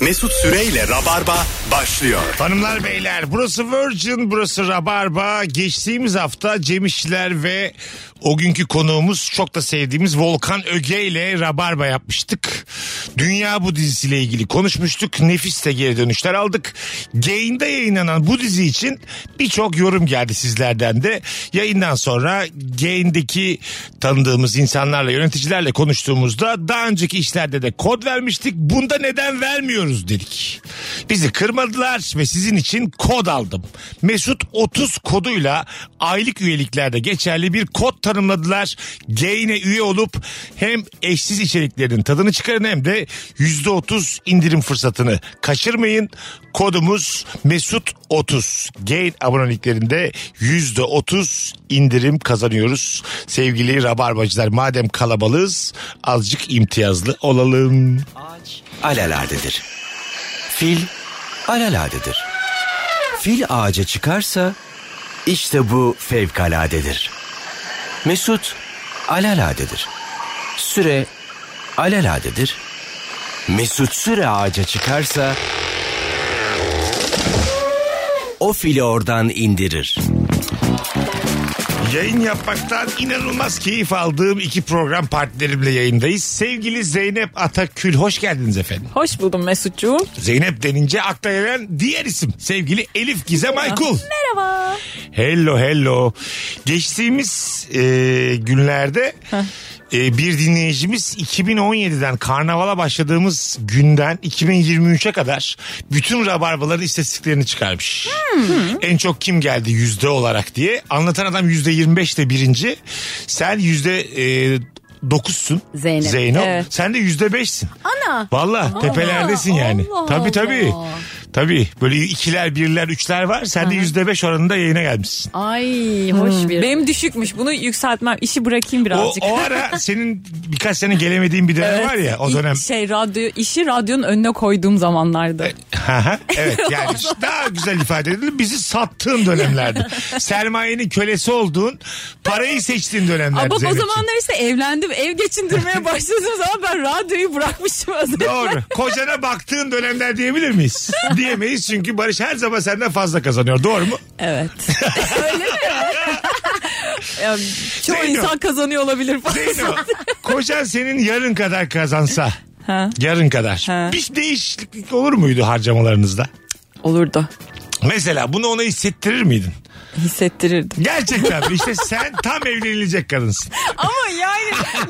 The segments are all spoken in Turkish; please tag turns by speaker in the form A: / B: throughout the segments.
A: Mesut Süreyle Rabarba başlıyor.
B: Hanımlar beyler burası Virgin burası Rabarba. Geçtiğimiz hafta Cem İşçiler ve o günkü konuğumuz çok da sevdiğimiz Volkan Öge ile Rabarba yapmıştık. Dünya bu dizisiyle ilgili konuşmuştuk. Nefis de geri dönüşler aldık. Gain'de yayınlanan bu dizi için birçok yorum geldi sizlerden de. Yayından sonra Gain'deki tanıdığımız insanlarla yöneticilerle konuştuğumuzda daha önceki işlerde de kod vermiştik. Bunda neden vermiyoruz dedik. Bizi kırmadılar ve sizin için kod aldım. Mesut 30 koduyla aylık üyeliklerde geçerli bir kod tanımladılar. Gain'e üye olup hem eşsiz içeriklerin tadını çıkarın hem de %30 indirim fırsatını kaçırmayın. Kodumuz Mesut 30. Gain aboneliklerinde %30 indirim kazanıyoruz. Sevgili Rabarbacılar madem kalabalığız azıcık imtiyazlı olalım.
C: alaladedir. Fil alaladedir. Fil ağaca çıkarsa işte bu fevkaladedir. Mesut alaladedir. Süre alaladedir. Mesut süre ağaca çıkarsa o fili oradan indirir.
B: Yayın yapmaktan inanılmaz keyif aldığım iki program partnerimle yayındayız. Sevgili Zeynep Atakül hoş geldiniz efendim.
D: Hoş buldum Mesut'cuğum.
B: Zeynep denince akla gelen diğer isim sevgili Elif Gizem Aykul.
D: Merhaba.
B: Hello hello. Geçtiğimiz e, günlerde e, bir dinleyicimiz 2017'den karnavala başladığımız günden 2023'e kadar bütün rabarbaların istatistiklerini çıkarmış. En çok kim geldi yüzde olarak diye. Anlatan adam yüzde 25 de birinci. Sen yüzde e, dokuzsun.
E: Zeynep.
D: Evet.
B: Sen de yüzde beşsin.
E: Ana.
B: Valla tepelerdesin yani.
E: Allah
B: tabii
E: Allah.
B: tabii. Tabii böyle ikiler birler üçler var. Sen de yüzde beş oranında yayına gelmişsin.
E: Ay hoş bir.
D: Hmm. Benim düşükmüş bunu yükseltmem. İşi bırakayım
B: O,
D: birazcık.
B: o ara senin birkaç sene gelemediğin bir dönem var ya o dönem. E,
D: İ- Şey radyo, işi radyonun önüne koyduğum zamanlarda.
B: Hı hı, evet yani daha güzel ifade edelim bizi sattığın dönemlerde. Sermayenin kölesi olduğun parayı seçtiğin dönemlerde.
D: Ama bak o
B: Zeynep'ciğim.
D: zamanlar işte evlendim. Ev geçindirmeye başladığım zaman ben radyoyu bırakmışım özellikle.
B: Doğru. Kocana baktığın dönemler diyebilir miyiz? Diyemeyiz çünkü Barış her zaman senden fazla kazanıyor. Doğru mu?
D: Evet. Öyle mi? Ya, çoğu
B: Zeyno.
D: insan kazanıyor olabilir.
B: Zeyno, kocan senin yarın kadar kazansa. Yarın kadar.
D: Ha.
B: Bir değişiklik olur muydu harcamalarınızda?
D: Olurdu.
B: Mesela bunu ona hissettirir miydin?
D: Hissettirirdim.
B: Gerçekten mi? işte sen tam evlenilecek kadınsın.
D: Ama yani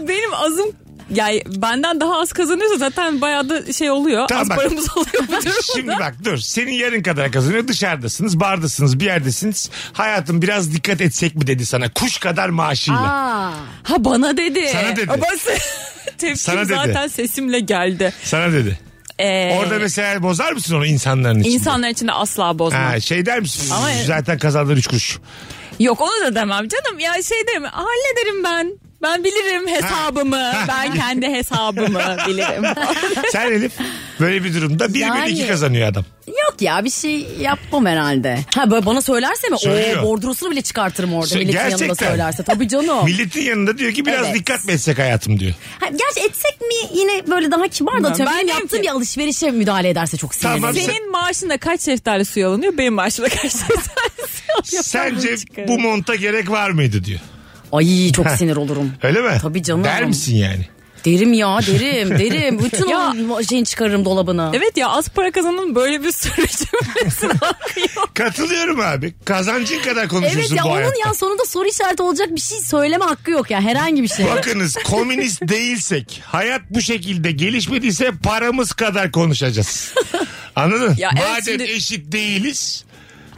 D: benim azım yani benden daha az kazanıyorsa zaten bayağı da şey oluyor.
B: Tamam
D: az
B: bak.
D: paramız oluyor bu durumda.
B: Şimdi bak dur senin yarın kadar kazanıyor dışarıdasınız bardasınız bir yerdesiniz hayatım biraz dikkat etsek mi dedi sana kuş kadar maaşıyla.
E: Aa,
D: Ha bana dedi.
B: Sana dedi.
D: Ha, ben se- Tepkim
B: Sana dedi.
D: zaten sesimle geldi.
B: Sana dedi.
D: Ee,
B: Orada mesela bozar mısın onu insanların içinde?
D: insanlar için de asla bozmam.
B: Ha, şey der misin?
D: Ama-
B: Zaten kazandın üç kuruş.
D: Yok onu da demem canım. Ya şey derim hallederim ben. Ben bilirim hesabımı. ben kendi hesabımı bilirim.
B: Sen Elif böyle bir durumda bir bölü
E: Yani-
B: iki kazanıyor adam.
E: yok ya bir şey yapmam herhalde. Ha böyle bana söylerse mi?
B: Söylüyor.
E: Oo bordrosunu bile çıkartırım orada
B: Sö-
E: milletin yanında
B: Gerçekten.
E: söylerse. Tabii canım.
B: Milletin yanında diyor ki biraz
E: Evet.
B: dikkat mi etsek hayatım diyor.
E: ha, gerçi etsek mi yine böyle daha kibar da
D: Bilmem.
E: tabii.
D: Ben
E: Benim
D: derim
E: yaptığım
D: ki-
E: bir alışverişe müdahale ederse çok
B: Tamam.
E: sinirlenirim.
D: Senin maaşında kaç şeftali suyu alınıyor? Benim maaşımda kaç şeftali suyu
B: Sence bu monta gerek var mıydı diyor.
E: Ay çok sinir olurum.
B: Öyle mi?
E: Tabii canım.
B: Der misin yani?
E: Derim ya derim derim. Bütün
D: Ya-
E: o şeyini çıkarırım dolabına.
D: Evet ya az para kazanın böyle bir sürü cümlesine bakıyor.
B: Katılıyorum abi. Kazancın kadar
E: Evet
B: konuşuyorsun
E: ya
B: bu
E: onun
B: hayatta.
E: ya sonunda soru işareti olacak bir şey söyleme hakkı yok ya herhangi bir şey.
B: Bakınız komünist değilsek hayat bu şekilde gelişmediyse paramız kadar konuşacağız. Anladın?
D: Ya evet,
B: Madem
D: şimdi-
B: eşit değiliz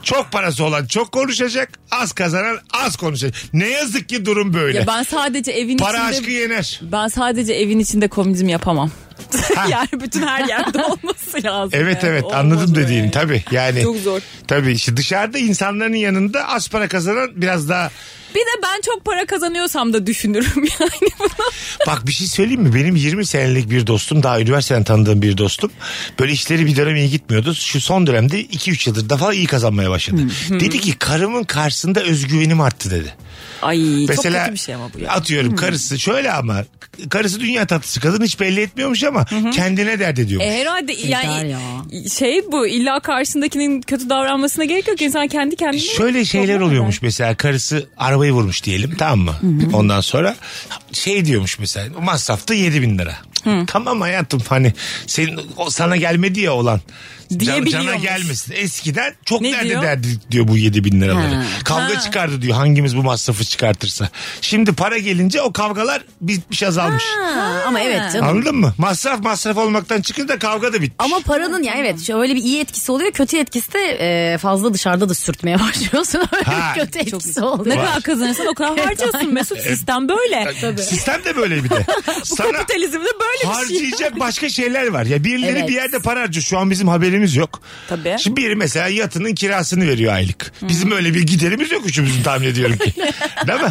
B: çok parası olan çok konuşacak az kazanan az konuşacak. Ne yazık ki durum böyle.
D: Ya ben sadece evin
B: Para
D: içinde
B: aşkı yener.
D: ben sadece evin içinde komünizm yapamam. yani bütün her yerde olması lazım.
B: Evet
D: yani.
B: evet
D: Olmaz
B: anladım
D: böyle.
B: dediğin tabii yani.
D: Çok zor.
B: Tabii işte dışarıda insanların yanında az para kazanan biraz daha
D: Bir de ben çok para kazanıyorsam da düşünürüm yani bunu.
B: Bak bir şey söyleyeyim mi? Benim 20 senelik bir dostum daha üniversiteden tanıdığım bir dostum. Böyle işleri bir dönem iyi gitmiyordu. Şu son dönemde 2-3 yıldır da falan iyi kazanmaya başladı. dedi ki karımın karşısında özgüvenim arttı dedi.
D: Ay
B: Mesela
D: çok kötü bir şey ama bu ya.
B: atıyorum karısı şöyle ama karısı dünya tatlısı kadın hiç belli etmiyormuş ama kendine dert ediyormuş.
D: E, herhalde yani
E: ya.
D: şey bu illa karşısındakinin kötü davranmasına gerek yok. İnsan kendi kendine.
B: Şöyle şeyler
D: Problem
B: oluyormuş mesela karısı arabayı vurmuş diyelim tamam mı? Ondan sonra şey diyormuş mesela masrafta 7 bin lira. Tamam hayatım hani senin o sana gelmedi ya olan. Can, cana
D: Diyebiliyormuş.
B: gelmesin. Eskiden çok
D: Ne
B: nerede
D: diyor?
B: derdik diyor bu 7 bin liraları.
E: Ha.
B: Kavga çıkardı diyor hangimiz bu masrafı çıkartırsa. Şimdi para gelince o kavgalar bitmiş azalmış.
E: Ha, ama evet canım.
B: Anladın mı? Masraf masraf olmaktan çıkınca kavga da bitmiş.
E: Ama paranın ya evet şöyle bir iyi etkisi oluyor kötü etkisi de e, fazla dışarıda da sürtmeye başlıyorsun. Öyle
B: Ha.
E: bir kötü
D: Çok
E: etkisi
D: güzel.
E: oluyor.
D: Ne kadar kazanırsan o kadar harcıyorsun Mesut. Sistem böyle.
B: Sistem de böyle bir de.
D: Bu kapitalizmde böyle bir şey.
B: harcayacak başka şeyler var. Ya birileri
E: Evet.
B: bir yerde para harcıyor. Şu an bizim haberimiz yok.
D: Tabii.
B: Şimdi biri mesela yatının kirasını veriyor aylık. Bizim öyle bir giderimiz yok üçümüzün tahmin ediyorum ki. Değil mi?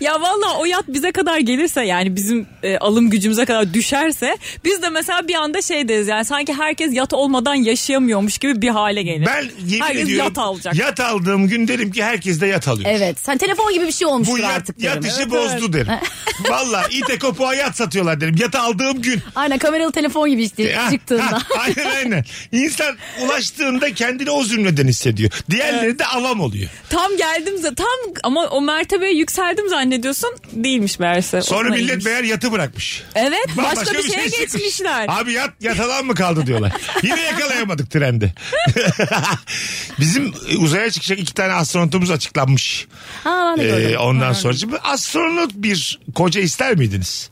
D: Ya valla o yat bize kadar gelirse yani bizim e, alım gücümüze kadar düşerse biz de mesela bir anda şey deriz yani sanki herkes yat olmadan yaşayamıyormuş gibi bir hale gelir.
B: Ben yemin
D: Herkes
B: ediyorum.
D: yat alacak.
B: Yat aldığım gün derim ki herkes de yat alıyor.
E: Evet sen telefon gibi bir şey olmuştur
B: Bu yat,
E: artık derim.
B: yat işi bozdu derim. Valla İtekopuğa yat satıyorlar derim. Yatı aldığım gün.
E: Aynen kameralı telefon gibi işte
B: Ha,
E: çıktığında.
B: ha, aynen aynen. İnsan ulaştığında kendini o zümreden hissediyor. Diğerleri de avam oluyor.
D: Tam geldim za- tam ama o mertebeye yükseldim zannediyorsun değilmiş meğerse.
B: Sonra
D: Ona
B: millet
D: inmiş.
B: meğer yatı bırakmış.
D: Evet başka,
B: Bambaşka
D: bir
B: şey
D: şeye
B: çıkmış.
D: geçmişler.
B: Abi yat, yatalan mı kaldı diyorlar. Yine yakalayamadık trendi. Bizim e, uzaya çıkacak iki tane astronotumuz açıklanmış.
E: ha, ben de gördüm.
B: Ee, ondan sonra şimdi astronot bir koca ister miydiniz?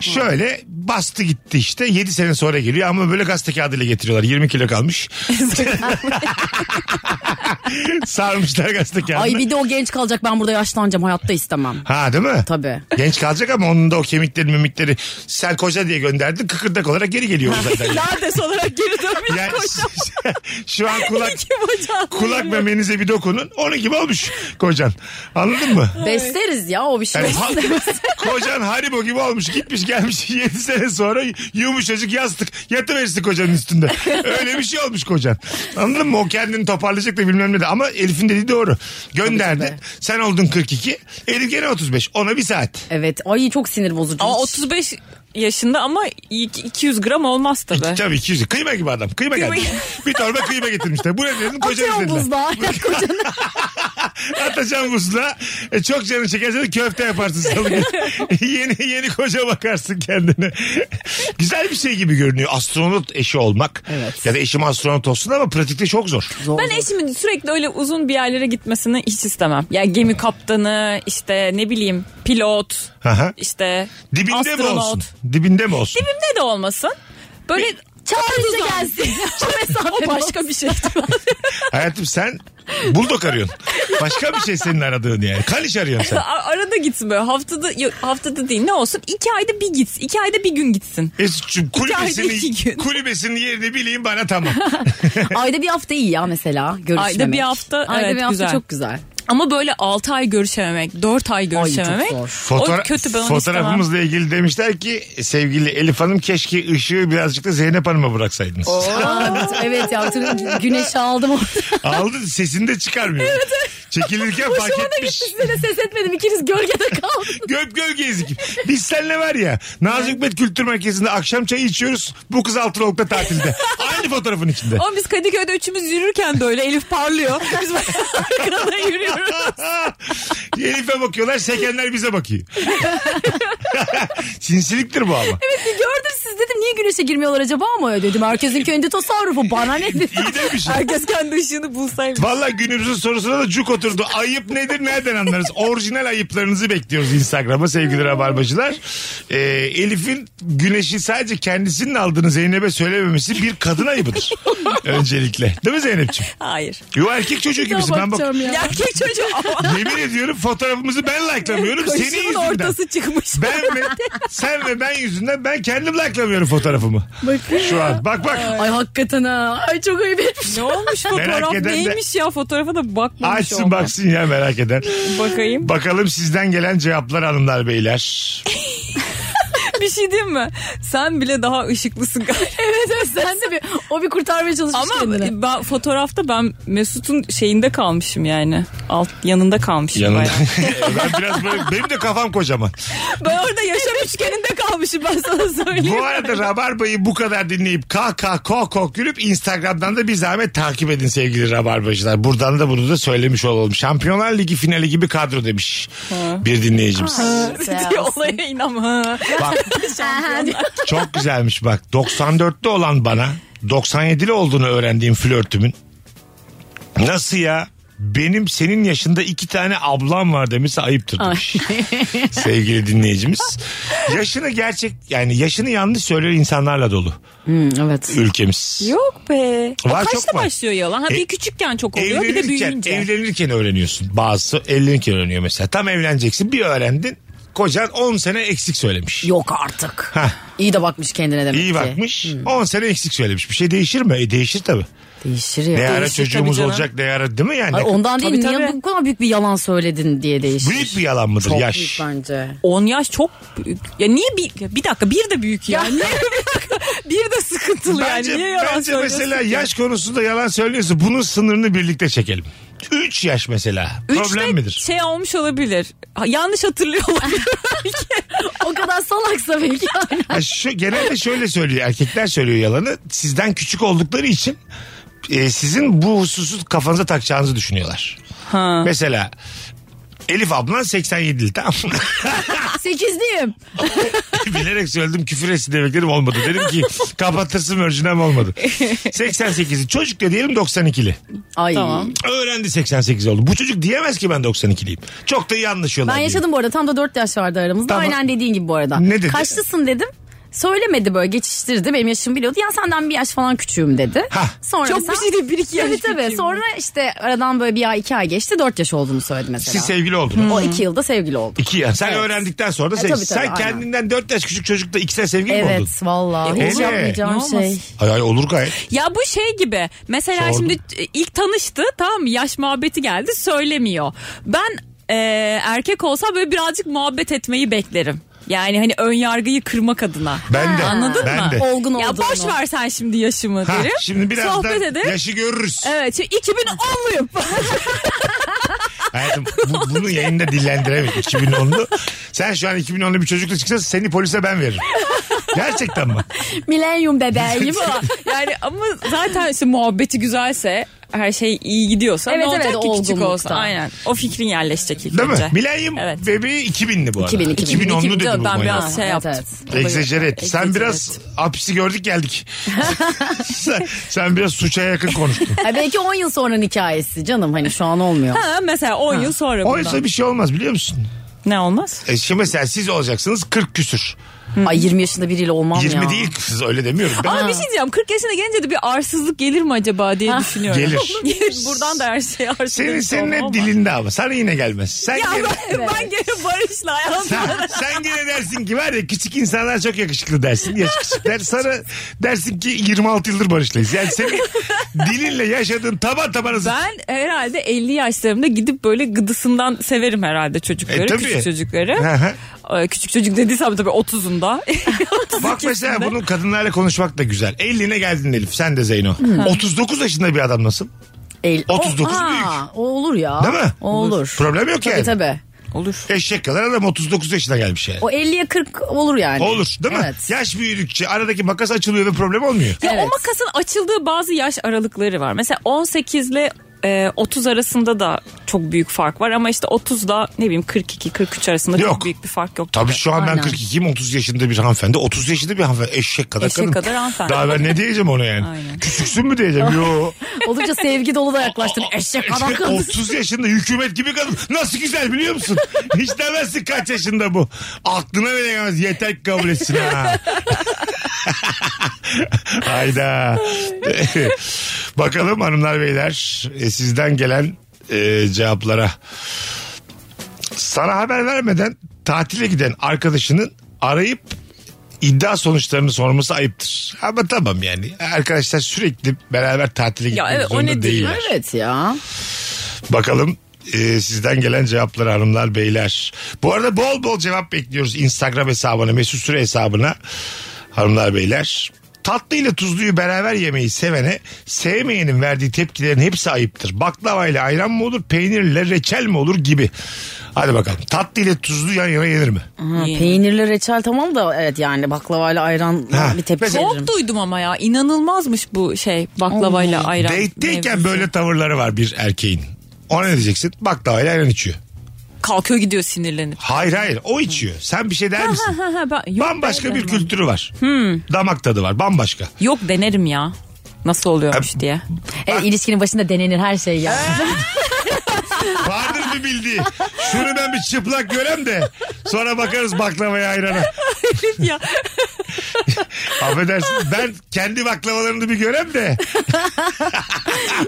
B: Şöyle bastı gitti işte 7 sene sonra geliyor ama böyle gazete kağıdıyla getiriyorlar 20 kilo kalmış. Sarmışlar gazete kağıdını.
E: Ay bir de o genç kalacak ben burada yaşlanacağım hayatta istemem.
B: Ha değil mi?
E: Tabii.
B: Genç kalacak ama onun da o kemikleri mimikleri sen koca diye gönderdin kıkırdak olarak geri geliyor zaten.
D: Lades olarak geri dönmüş
B: Yani
D: kocam.
B: şu an kulak
D: Kim hocam?
B: kulak memenize bir dokunun onun gibi olmuş kocan. Anladın mı?
E: Besleriz ya o bir şey.
B: Yani ha- kocan Haribo gibi olmuş gitmiş gelmiş 7 sene sonra yumuşacık yastık yatıversin kocanın üstünde. Öyle bir şey olmuş kocan. Anladın mı? O kendini toparlayacak da bilmem ne de ama Elif'in dediği doğru. Gönderdin sen oldun 42 Elif gene 35 ona bir saat.
E: evet ay çok sinir bozucu.
D: Ama
E: Hiç.
D: 35 yaşında ama iki- 200 gram olmaz tabii.
B: Tabii 200 kıyma gibi adam kıyma
D: Kıyma
B: geldi. bir torba kıyma getirmişler. Bu ne dedin kocanın
E: Atıyorum
B: dediler.
E: buzluğa. Kocanın
B: Atacağım buzluğa. E, çok canın çekerse de köfte yaparsın salı günü. yeni, yeni koca bakarsın kendine. Güzel bir şey gibi görünüyor astronot eşi olmak.
E: Evet.
B: Ya da eşim astronot olsun ama pratikte çok zor.
D: Ben eşimin sürekli öyle uzun bir yerlere gitmesini hiç istemem. Yani gemi kaptanı, işte ne bileyim pilot,
B: Aha.
D: işte
B: Dibinde
D: astronot.
B: mi olsun? Dibinde mi olsun?
D: Dibimde de olmasın. Böyle
E: çağırınca gelsin.
D: o başka bir şey.
B: Hayatım sen buldok arıyorsun. Başka bir şey senin aradığın yani. Kaliş arıyorsun sen.
D: A- Arada gitsin böyle haftada yok, haftada değil ne olsun iki ayda bir git iki ayda bir gün gitsin.
B: Mesut'cum
D: iki
B: kulübesinin,
D: gün.
B: kulübesinin yerini bileyim bana tamam.
E: Ayda bir hafta iyi ya mesela görüşmemek.
D: Ayda bir hafta,
E: Ayda
D: evet,
E: bir hafta
D: güzel.
E: çok güzel.
D: Ama böyle 6 ay görüşememek 4 ay
E: Ay çok
D: görüşememek.
E: zor.
B: Fotoğra-
D: o kötü ben onu istemem.
B: fotoğrafımızla ilgili demişler ki sevgili Elif Hanım keşke ışığı birazcık da Zeynep Hanım'a bıraksaydınız.
D: Oh.
E: Aa, evet ya bütün güneşi aldım orada.
B: Aldı sesini de çıkarmıyor. Çekilirken fark
E: Hoşuma da
B: etmiş.
E: gitti size de ses etmedim ikiniz gölgede kaldım.
B: Göp gölge ezik. Biz seninle var ya Nazım Hikmet Kültür Merkezi'nde akşam çayı içiyoruz. Bu kız Altınoluk'ta tatilde. Aynı fotoğrafın içinde.
D: Ama biz Kadıköy'de üçümüz yürürken de öyle Elif parlıyor. Biz böyle arkada yürüyoruz.
B: Elif'e bakıyorlar sekenler bize bakıyor. Sinsiliktir bu ama.
E: Gördüm siz dedim niye güneşe girmiyorlar acaba ama dedim herkesin kendi tasarrufu bana ne dedi.
B: İyi şey. demiş.
D: Herkes kendi ışığını bulsaymış.
B: Valla günümüzün sorusuna da cuk oturdu. Ayıp nedir nereden anlarız? Orijinal ayıplarınızı bekliyoruz Instagram'a sevgili rabarbacılar. Ee, Elif'in güneşi sadece kendisinin aldığını Zeynep'e söylememesi bir kadın ayıbıdır. Öncelikle. Değil mi Zeynep'ciğim?
D: Hayır.
B: Yo erkek çocuğu gibisin. Ben bak,
E: bakacağım ya.
D: Erkek çocuğu ama.
B: yemin ediyorum fotoğrafımızı ben like'lamıyorum. Senin
D: Kaşının
B: yüzünden.
D: ortası çıkmış.
B: Ben ve sen ve ben yüzünden ben kendim like'lamıyorum fotoğrafımı. Şu an. Bak bak.
E: Ay hakikaten ha. Ay çok ayıp etmiş.
D: Ne olmuş fotoğraf
B: eden de-
D: neymiş ya fotoğrafa da bakmamış
B: Açsın
D: olmam.
B: baksın ya merak eden.
D: Bakayım.
B: Bakalım sizden gelen cevaplar hanımlar beyler.
D: bir şey diyeyim mi? Sen bile daha ışıklısın galiba.
E: Evet evet sen de bir, o bir kurtarmaya çalışmış
D: Ama
E: kendini.
D: ben, fotoğrafta ben Mesut'un şeyinde kalmışım yani. Alt yanında kalmışım.
B: Yanında. Ee,
D: bayağı.
B: ben biraz böyle, benim de kafam kocaman.
D: Ben orada yaşam üçgeninde kalmışım ben sana söyleyeyim.
B: Bu arada Rabarba'yı bu kadar dinleyip kah kah kok kok gülüp Instagram'dan da bir zahmet takip edin sevgili Rabarbacılar. Buradan da bunu da söylemiş olalım. Şampiyonlar Ligi finali gibi kadro demiş bir dinleyicimiz.
D: diye olaya inanma.
B: Bak
E: Aha, diyor.
B: çok güzelmiş bak. 94'te olan bana 97'li olduğunu öğrendiğim flörtümün. Nasıl ya? Benim senin yaşında iki tane ablam var demesi ayıptır demiş. Sevgili dinleyicimiz. Yaşını gerçek yani yaşını yanlış söyleyen insanlarla dolu
E: evet.
B: ülkemiz.
D: Yok be. O
B: Var,
D: kaçta
B: çok var. E-
D: başlıyor yalan? Ha, bir küçükken çok oluyor bir de
B: Evlenirken,
D: büyüyünce.
B: evlenirken öğreniyorsun. Bazısı evlenirken öğreniyor mesela. Tam evleneceksin bir öğrendin. Kocan 10 sene eksik söylemiş.
E: Yok artık.
B: Hah.
E: İyi de bakmış kendine demek
B: İyi
E: ki.
B: bakmış.
D: Hmm.
B: 10 sene eksik söylemiş. Bir şey değişir mi? E değişir tabii.
E: Değişir ya.
B: Ne ara
D: Değişir
B: çocuğumuz
D: tabii canım.
B: olacak ne ara değil mi yani?
E: Ay, ondan değil
D: Tabii,
E: niye
D: tabii.
E: bu kadar büyük bir yalan söyledin diye değişir.
B: Büyük bir yalan mıdır
E: Çok
B: yaş?
E: büyük bence.
D: 10 yaş çok büyük. Ya niye bir, ya bir dakika bir de büyük ya. Niye bir dakika bir de sıkıntılı
B: Bence,
D: yani. Niye yalan
B: bence
D: söylüyorsun
B: mesela
D: ki?
B: yaş konusunda yalan söylüyorsa bunun sınırını birlikte çekelim. 3 yaş mesela. Problem
D: Üçte
B: midir?
D: şey olmuş olabilir. Ha, Yanlış hatırlıyor olabilir.
E: o kadar salaksa belki.
B: Ya şu, genelde şöyle söylüyor erkekler söylüyor yalanı sizden küçük oldukları için e, sizin bu hususu kafanıza takacağınızı düşünüyorlar. Mesela Elif ablan 87'li tamam mı?
E: Sekizliyim.
B: Bilerek söyledim küfür etsin demeklerim olmadı. Dedim ki kapatırsın orijinal olmadı. 88'li çocuk da diyelim 92'li.
E: Ay.
D: Tamam.
B: Öğrendi 88 oldu. Bu çocuk diyemez ki ben 92'liyim. Çok da iyi anlaşıyorlar.
E: Ben
B: diye.
E: yaşadım bu arada. Tam da 4 yaş vardı aramızda.
B: Tamam.
E: Aynen dediğin gibi bu arada.
B: Ne dedi?
E: Kaçlısın dedim. Söylemedi böyle geçiştirdi. Benim yaşımı biliyordu. Ya senden bir yaş falan küçüğüm dedi.
B: Hah.
E: Sonra
D: Çok
E: mesela-
D: bir şey değil, bir iki yaş
E: Tabii tabii.
D: küçüğüm.
E: Sonra işte aradan böyle bir ay iki ay geçti. 4 yaş olduğunu söyledi mesela.
B: Siz sevgili oldunuz.
E: O iki yılda sevgili olduk.
B: İki ya. Sen
E: Evet.
B: öğrendikten sonra da
E: E,
B: sen,
E: tabii, tabii,
B: sen
E: aynen.
B: kendinden 4 yaş küçük çocukla iki sene sevgili mi oldun?
E: Evet vallahi.
B: E,
E: Hiç
B: ne?
E: yapmayacağım
D: Ne
E: şey.
D: olmasın?
B: Hay hay olur gayet.
D: Ya bu şey gibi. Mesela
B: Sordum.
D: şimdi e, ilk tanıştı tamam mı? Yaş muhabbeti geldi söylemiyor. Ben e, erkek olsa böyle birazcık muhabbet etmeyi beklerim. Yani hani ön yargıyı kırmak adına.
B: Ben de.
D: Anladın
B: ben
D: mı?
B: De.
E: Olgun
D: ya
E: olduğunu.
D: boş ver sen şimdi yaşımı
B: Ha,
D: derim.
B: şimdi birazdan
D: Sohbet edip.
B: yaşı görürüz.
D: Evet şimdi 2010'luyum.
B: Hayatım bu, bunu yayında dillendiremedik 2010'lu. Sen şu an 2010'lu bir çocukla çıksan seni polise ben veririm. Gerçekten mi?
E: Milenyum bebeğim.
D: yani ama zaten işte muhabbeti güzelse her şey iyi gidiyorsa
E: Evet,
D: ne olacak
E: evet,
D: ki küçük
E: olgunlukta.
D: olsa. Aynen. O fikrin yerleşecek ilk
B: Değil
D: önce.
B: mi? Milenyum
D: Evet.
B: bebeği 2000'li bu arada.
E: 2000, 2000.
B: 2010'lu dedi bu.
D: Ben
B: manyak.
D: biraz şey
E: Evet,
D: yaptım.
E: evet.
B: Egzajere et. Sen
D: Egzajere
B: biraz apisi gördük geldik. sen, sen biraz suça yakın konuştun.
E: Ha, belki 10 yıl sonra hikayesi canım hani şu an olmuyor.
D: Ha, mesela 10 yıl sonra bundan.
B: Oysa bir şey olmaz biliyor musun?
D: Ne olmaz?
B: E şimdi mesela siz olacaksınız 40 küsür.
E: Ay 20 yaşında biriyle olmam
B: 20
E: ya.
B: değil kız öyle demiyorum. Ben
D: Ama bir şey diyeceğim 40 yaşına gelince de bir arsızlık gelir mi acaba diye düşünüyorum.
B: Gelir.
D: Buradan da her şey arsızlık.
B: senin senin hep
D: olmam ama.
B: dilinde ama. Sana yine gelmez. Sen
D: Ya
B: gene,
D: ben, ben gene Barış'la hayatım.
B: sen, sen gene dersin ki var ya küçük insanlar çok yakışıklı dersin. Yaş küçükler. Sana dersin ki 26 yıldır barışlayız. Yani senin dilinle yaşadığın taban tabanası.
D: Ben herhalde 50 yaşlarımda gidip böyle gıdısından severim herhalde çocukları,
B: E, tabii.
D: küçük çocukları.
B: Hı hı.
D: Ee, küçük çocuk dediysem tabii 30'unda.
B: Bak mesela bunu kadınlarla konuşmak da güzel. 50'ine geldin Elif sen de Zeyno. 39 yaşında bir adam nasıl?
E: El-
B: 39
E: o,
B: büyük.
E: Ha, O olur ya.
B: Değil mi?
E: O olur.
B: Problem yok yani.
E: Tabii tabii.
D: Olur.
B: Eşek kadar adam 39 yaşına gelmiş yani.
E: O 50'ye 40 olur yani.
B: Olur değil mi?
E: Evet.
B: Yaş büyüdükçe aradaki makas açılıyor ve problem olmuyor.
D: Ya
E: Evet.
D: o makasın açıldığı bazı yaş aralıkları var. Mesela 18 ile e, 30 arasında da çok büyük fark var ama işte 30'da ne bileyim 42 43 arasında
B: Yok.
D: çok büyük bir fark yok.
B: Tabii şu an
E: Aynen.
B: ben 42'yim 30 yaşında bir hanımefendi. 30 yaşında bir hanımefendi. Eşek kadar
D: Eşek
B: kadın.
D: kadar hanımefendi.
B: Daha ben ne diyeceğim ona yani?
D: Aynen.
B: Küçüksün mü diyeceğim? Yo.
E: Oldukça sevgi dolu da yaklaştın. Eşek adam
B: Eşek
E: kız.
B: 30 yaşında hükümet gibi kadın. Nasıl güzel biliyor musun? Hiç demezsin kaç yaşında bu. Aklına bile gelmez. Yeter ki kabul etsin ha. Hayda. Bakalım hanımlar beyler e, sizden gelen e, cevaplara. Sana haber vermeden tatile giden arkadaşının arayıp iddia sonuçlarını sorması ayıptır. Ama tamam yani arkadaşlar sürekli beraber tatile gitmek
D: evet, o
B: zorunda
D: ne
B: değiller.
E: Evet ya.
B: Bakalım e, sizden gelen cevaplar hanımlar beyler. Bu arada bol bol cevap bekliyoruz Instagram hesabına Mesut Süre hesabına hanımlar beyler. Tatlı ile tuzluyu beraber yemeyi sevene sevmeyenin verdiği tepkilerin hepsi ayıptır. Baklava ile ayran mı olur peynirle reçel mi olur gibi. Hadi bakalım tatlı ile tuzlu yan yana yenir mi?
E: Ha, peynirli reçel tamam da evet yani baklavayla ayran
B: Ha,
E: bir tepki
B: mesela-
E: veririm.
D: Çok duydum ama ya inanılmazmış bu şey baklavayla ayran.
B: Date'deyken
D: mevzusu.
B: böyle tavırları var bir erkeğin. Ona ne diyeceksin? Baklava ile ayran içiyor.
D: Kalkıyor gidiyor sinirlenip.
B: Hayır hayır o içiyor. Sen bir şey der misin?
D: Ha, ha, ben- yok, Hmm.
B: Bambaşka
D: ben-
B: bir kültürü var. Damak tadı var bambaşka.
D: Yok denerim ya. Nasıl oluyormuş diye.
E: Evet, ilişkinin başında denenir her şey ya.
B: Vardır bir bildiği. Şunu ben bir çıplak görem de sonra bakarız baklavaya ayrana.
D: ya.
B: Affedersin ben kendi baklavalarını bir görem de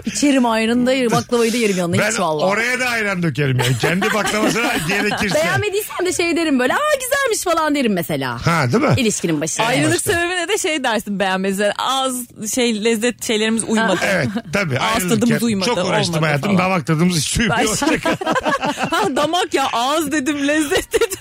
E: İçerim ayranı da yerim baklavayı da yerim yanına
B: ben
E: hiç valla.
B: oraya da ayran dökerim yani. Kendi baklavasına gerekirse.
E: Beğenmediysen de şey derim böyle aa güzelmiş falan derim mesela.
B: Ha değil mi?
E: İlişkinin başında.
D: Ayrılık sebebine de şey dersin beğenmezler. Az şey lezzet şeylerimiz uymadı.
B: Evet tabii.
D: Ağız
B: ayrılırken
D: tadımız uymadı,
B: Çok uğraştım
D: olmadı
B: hayatım.
D: falan.
B: Damak tadımız hiç
D: Ben-
B: uymuyor.
D: ha, damak ya ağız dedim lezzet dedim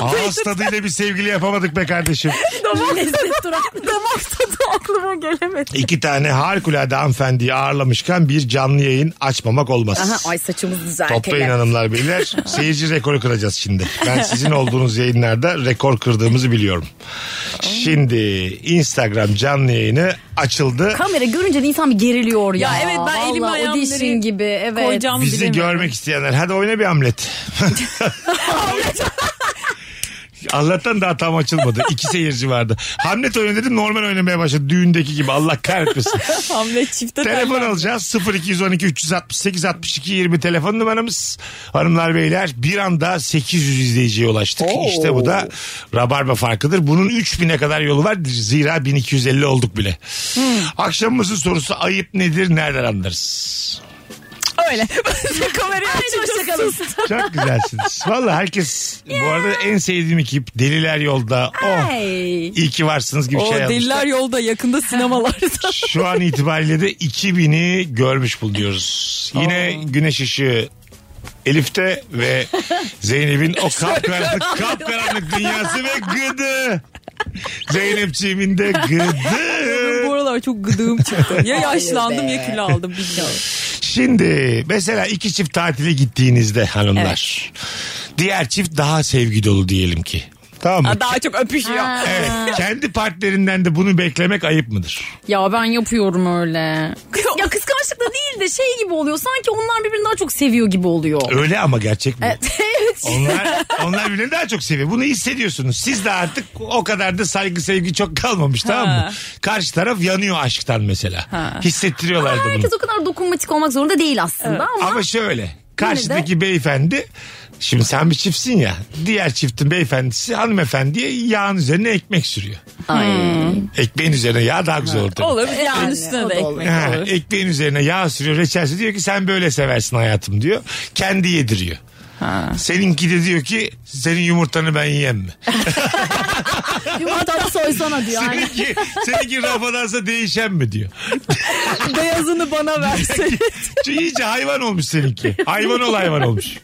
D: ne
B: Ağız tadıyla bir sevgili yapamadık be kardeşim.
E: Damak lezzet duran.
D: damak tadı aklıma gelemedi.
B: İki tane harikulade hanımefendiyi ağırlamışken bir canlı yayın açmamak olmaz.
E: Aha ay saçımız güzel.
B: Toplayın hanımlar beyler. Seyirci rekoru kıracağız şimdi. Ben sizin olduğunuz yayınlarda rekor kırdığımızı biliyorum. Şimdi Instagram canlı yayını açıldı.
E: Kamera görünce de insan bir geriliyor ya.
D: Ya evet, ben elimi
E: Vallahi
D: ayağımı
E: audition
D: nereye
E: gibi evet.
D: Koyacağım
B: Bizi
D: bilemiyorum.
B: görmek isteyenler hadi oyna bir Hamlet. Allah'tan daha tam açılmadı. İki seyirci vardı. Hamlet oyunu dedim normal oynamaya başladı. Düğündeki gibi Allah kahretmesin.
D: Hamle çifte
B: Telefon
D: telefon.
B: alacağız 0212 368 62 20 telefon numaramız hanımlar beyler bir anda 800 izleyiciye ulaştık İşte bu da rabarba farkıdır bunun 3000'e kadar yolu var zira 1250 olduk bile
D: Hmm.
B: akşamımızın sorusu ayıp nedir nereden anlarız
D: Öyle. Kamerayı açıyorsun.
B: çok güzelsiniz valla herkes bu arada en sevdiğim ekip deliler yolda oh
E: Ay.
B: iyi ki varsınız gibi
D: O
B: şey yazmışlar
D: deliler yolda yakında sinemalar.
B: Şu an itibariyle de 2000'i görmüş bulunuyoruz. Yine güneş ışığı Elif'te ve Zeynep'in o kapkaranlık, kapkaranlık dünyası ve gıdı. Zeynep'ciğimin de
D: Bu
B: gıdı.
D: aralar çok gıdığım çıktı. Ya yaşlandım
E: be.
D: ya kilo aldım bilmiyorum.
B: Şimdi mesela iki çift tatile gittiğinizde hanımlar. Diğer çift daha sevgi dolu diyelim ki. Tamam mı?
D: Ha, Daha çok öpüşüyor.
B: Evet. Kendi partnerinden de bunu beklemek ayıp mıdır?
E: Ya ben yapıyorum öyle. Kıs- ya kıskançlık da değil de şey gibi oluyor. Sanki onlar birbirini daha çok seviyor gibi oluyor.
B: Öyle ama gerçek mi?
E: evet.
B: Onlar, onlar birbirini daha çok seviyor. Bunu hissediyorsunuz. Siz de artık o kadar da saygı sevgi çok kalmamış tamam mı?
D: Ha.
B: Karşı taraf yanıyor aşktan mesela. Hissettiriyorlardı bunu.
E: Herkes o kadar dokunmatik olmak zorunda değil aslında ama.
B: Ama şöyle. Karşıdaki beyefendi Şimdi sen bir çiftsin ya. Diğer çiftin beyefendisi hanımefendiye yağın üzerine ekmek sürüyor. Hmm. Ekmeğin üzerine yağ daha güzel olur. tabii.
D: Olur.
E: Yani,
D: Yani üstüne
E: o
D: de
E: da olur.
D: ekmek
B: Ha,
D: olur.
B: ekmeğin üzerine yağ sürüyor reçel sürüyor. diyor ki sen böyle seversin hayatım diyor. Kendi yediriyor. Seninki de diyor ki senin yumurtanı ben yiyem mi?
E: Yumurtanı soysana diyor. Aynen.
B: Seninki, seninki rafadansa değişen mi diyor.
D: Beyazını bana versin.
B: Çünkü iyice hayvan olmuş seninki. Hayvan ol hayvan olmuş.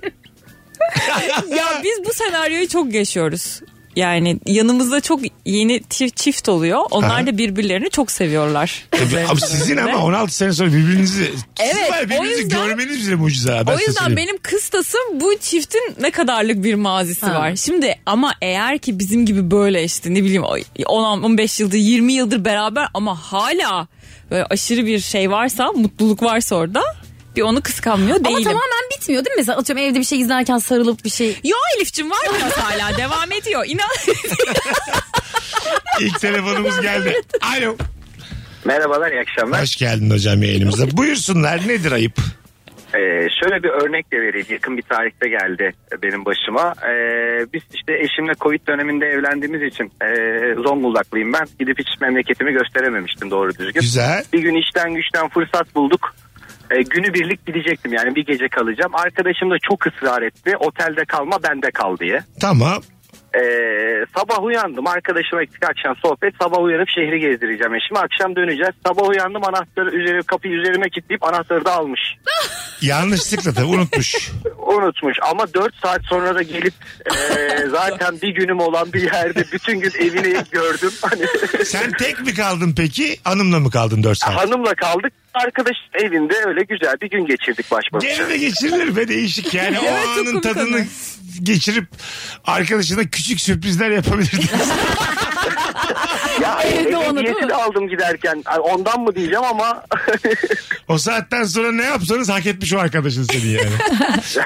D: ya biz bu senaryoyu çok yaşıyoruz. Yani yanımızda çok yeni çi- çift oluyor. Onlar
B: Aha.
D: da birbirlerini çok seviyorlar.
B: Tabii, ama sizin ama 16 sene sonra birbirinizi
D: Evet,
B: siz var, birbirinizi
D: o yüzden-
B: görmeniz bile mucize. ha, Ben
D: o
B: size
D: yüzden
B: söyleyeyim.
D: benim kıstasım bu çiftin ne kadarlık bir mazisi var. Şimdi ama eğer ki bizim gibi böyle işte ne bileyim 10-15 yıldır 20 yıldır beraber ama hala böyle aşırı bir şey varsa mutluluk varsa orada bir onu kıskanmıyor değilim.
E: Ama tamamen bitmiyor değil mi? Mesela atıyorum evde bir şey izlerken sarılıp bir şey.
D: Yo Elif'cim var biraz hala devam ediyor. İnan
B: İlk telefonumuz geldi. Alo.
F: Merhabalar, iyi akşamlar.
B: Hoş geldin hocam yayınımıza. Buyursunlar nedir ayıp?
F: Ee, şöyle bir örnek de vereyim. Yakın bir tarihte geldi benim başıma. Ee, biz işte eşimle Covid döneminde evlendiğimiz için e, Zonguldaklıyım ben. Gidip hiç memleketimi gösterememiştim doğru düzgün.
B: Güzel.
F: Bir gün işten güçten fırsat bulduk. Ee, günü birlik gidecektim yani bir gece kalacağım. Arkadaşım da çok ısrar etti. Otelde kalma bende kal diye.
B: Tamam.
F: Ee, sabah uyandım arkadaşıma gittik akşam sohbet sabah uyanıp şehri gezdireceğim eşime akşam döneceğiz sabah uyandım anahtarı üzeri kapıyı üzerime kilitleyip anahtarı da almış
B: Yanlışlıkla tabii unutmuş.
F: unutmuş ama 4 saat sonra da gelip e, zaten bir günüm olan bir yerde bütün gün evini gördüm hani
B: Sen tek mi kaldın peki? Hanımla mı kaldın 4 saat?
F: hanımla kaldık arkadaş evinde öyle güzel bir gün geçirdik baş başa.
B: Gene de geçirilir be değişik yani
D: Evet,
B: o
D: çok
B: anın
D: komik
B: tadını
D: ama.
B: geçirip arkadaşına küçük sürprizler yapabilirdiniz.
F: Ya
E: Evde onu, değil
F: hediyesi
E: mi?
F: de aldım giderken Ay, ondan mı diyeceğim ama
B: o saatten sonra ne yapsanız hak etmiş o arkadaşın seni yani.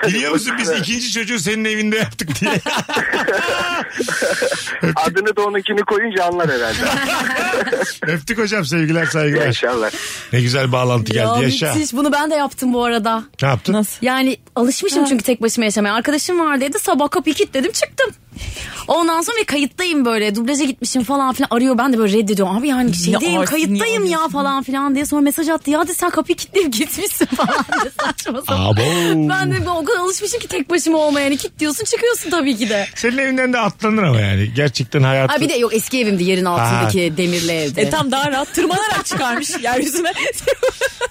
B: Biliyor musun biz ikinci çocuğu senin evinde yaptık diye.
F: adını da onunkini koyunca anlar herhalde.
B: Öptük hocam sevgiler saygılar.
F: İnşallah.
B: Ne güzel bağlantı geldi yaşa.
E: müthiş. Bunu ben de yaptım bu arada.
B: Ne yaptın?
E: Yani alışmışım çünkü tek başıma yaşamaya. Arkadaşım var dedi sabah kapıyı kilitledim çıktım. Ondan sonra bir kayıttayım böyle dublaja gitmişim falan filan arıyor ben de böyle reddediyorum. Abi yani şeydeyim
D: ağırsın,
E: kayıttayım
D: niye
E: ya falan filan diye sonra mesaj attı. Ya de sen kapıyı kilitleyip gitmişsin falan diye saçma sapan.
B: Abo.
E: Ben de o kadar alışmışım ki tek başıma olmaya. Yani kilitliyorsun çıkıyorsun tabii ki de.
B: Senin evinden de atlanır ama yani. Gerçekten hayat.
E: Ha bir de yok eski evimdi yerin altındaki demirli evde.
D: E tam daha rahat tırmanarak çıkarmış yeryüzüne.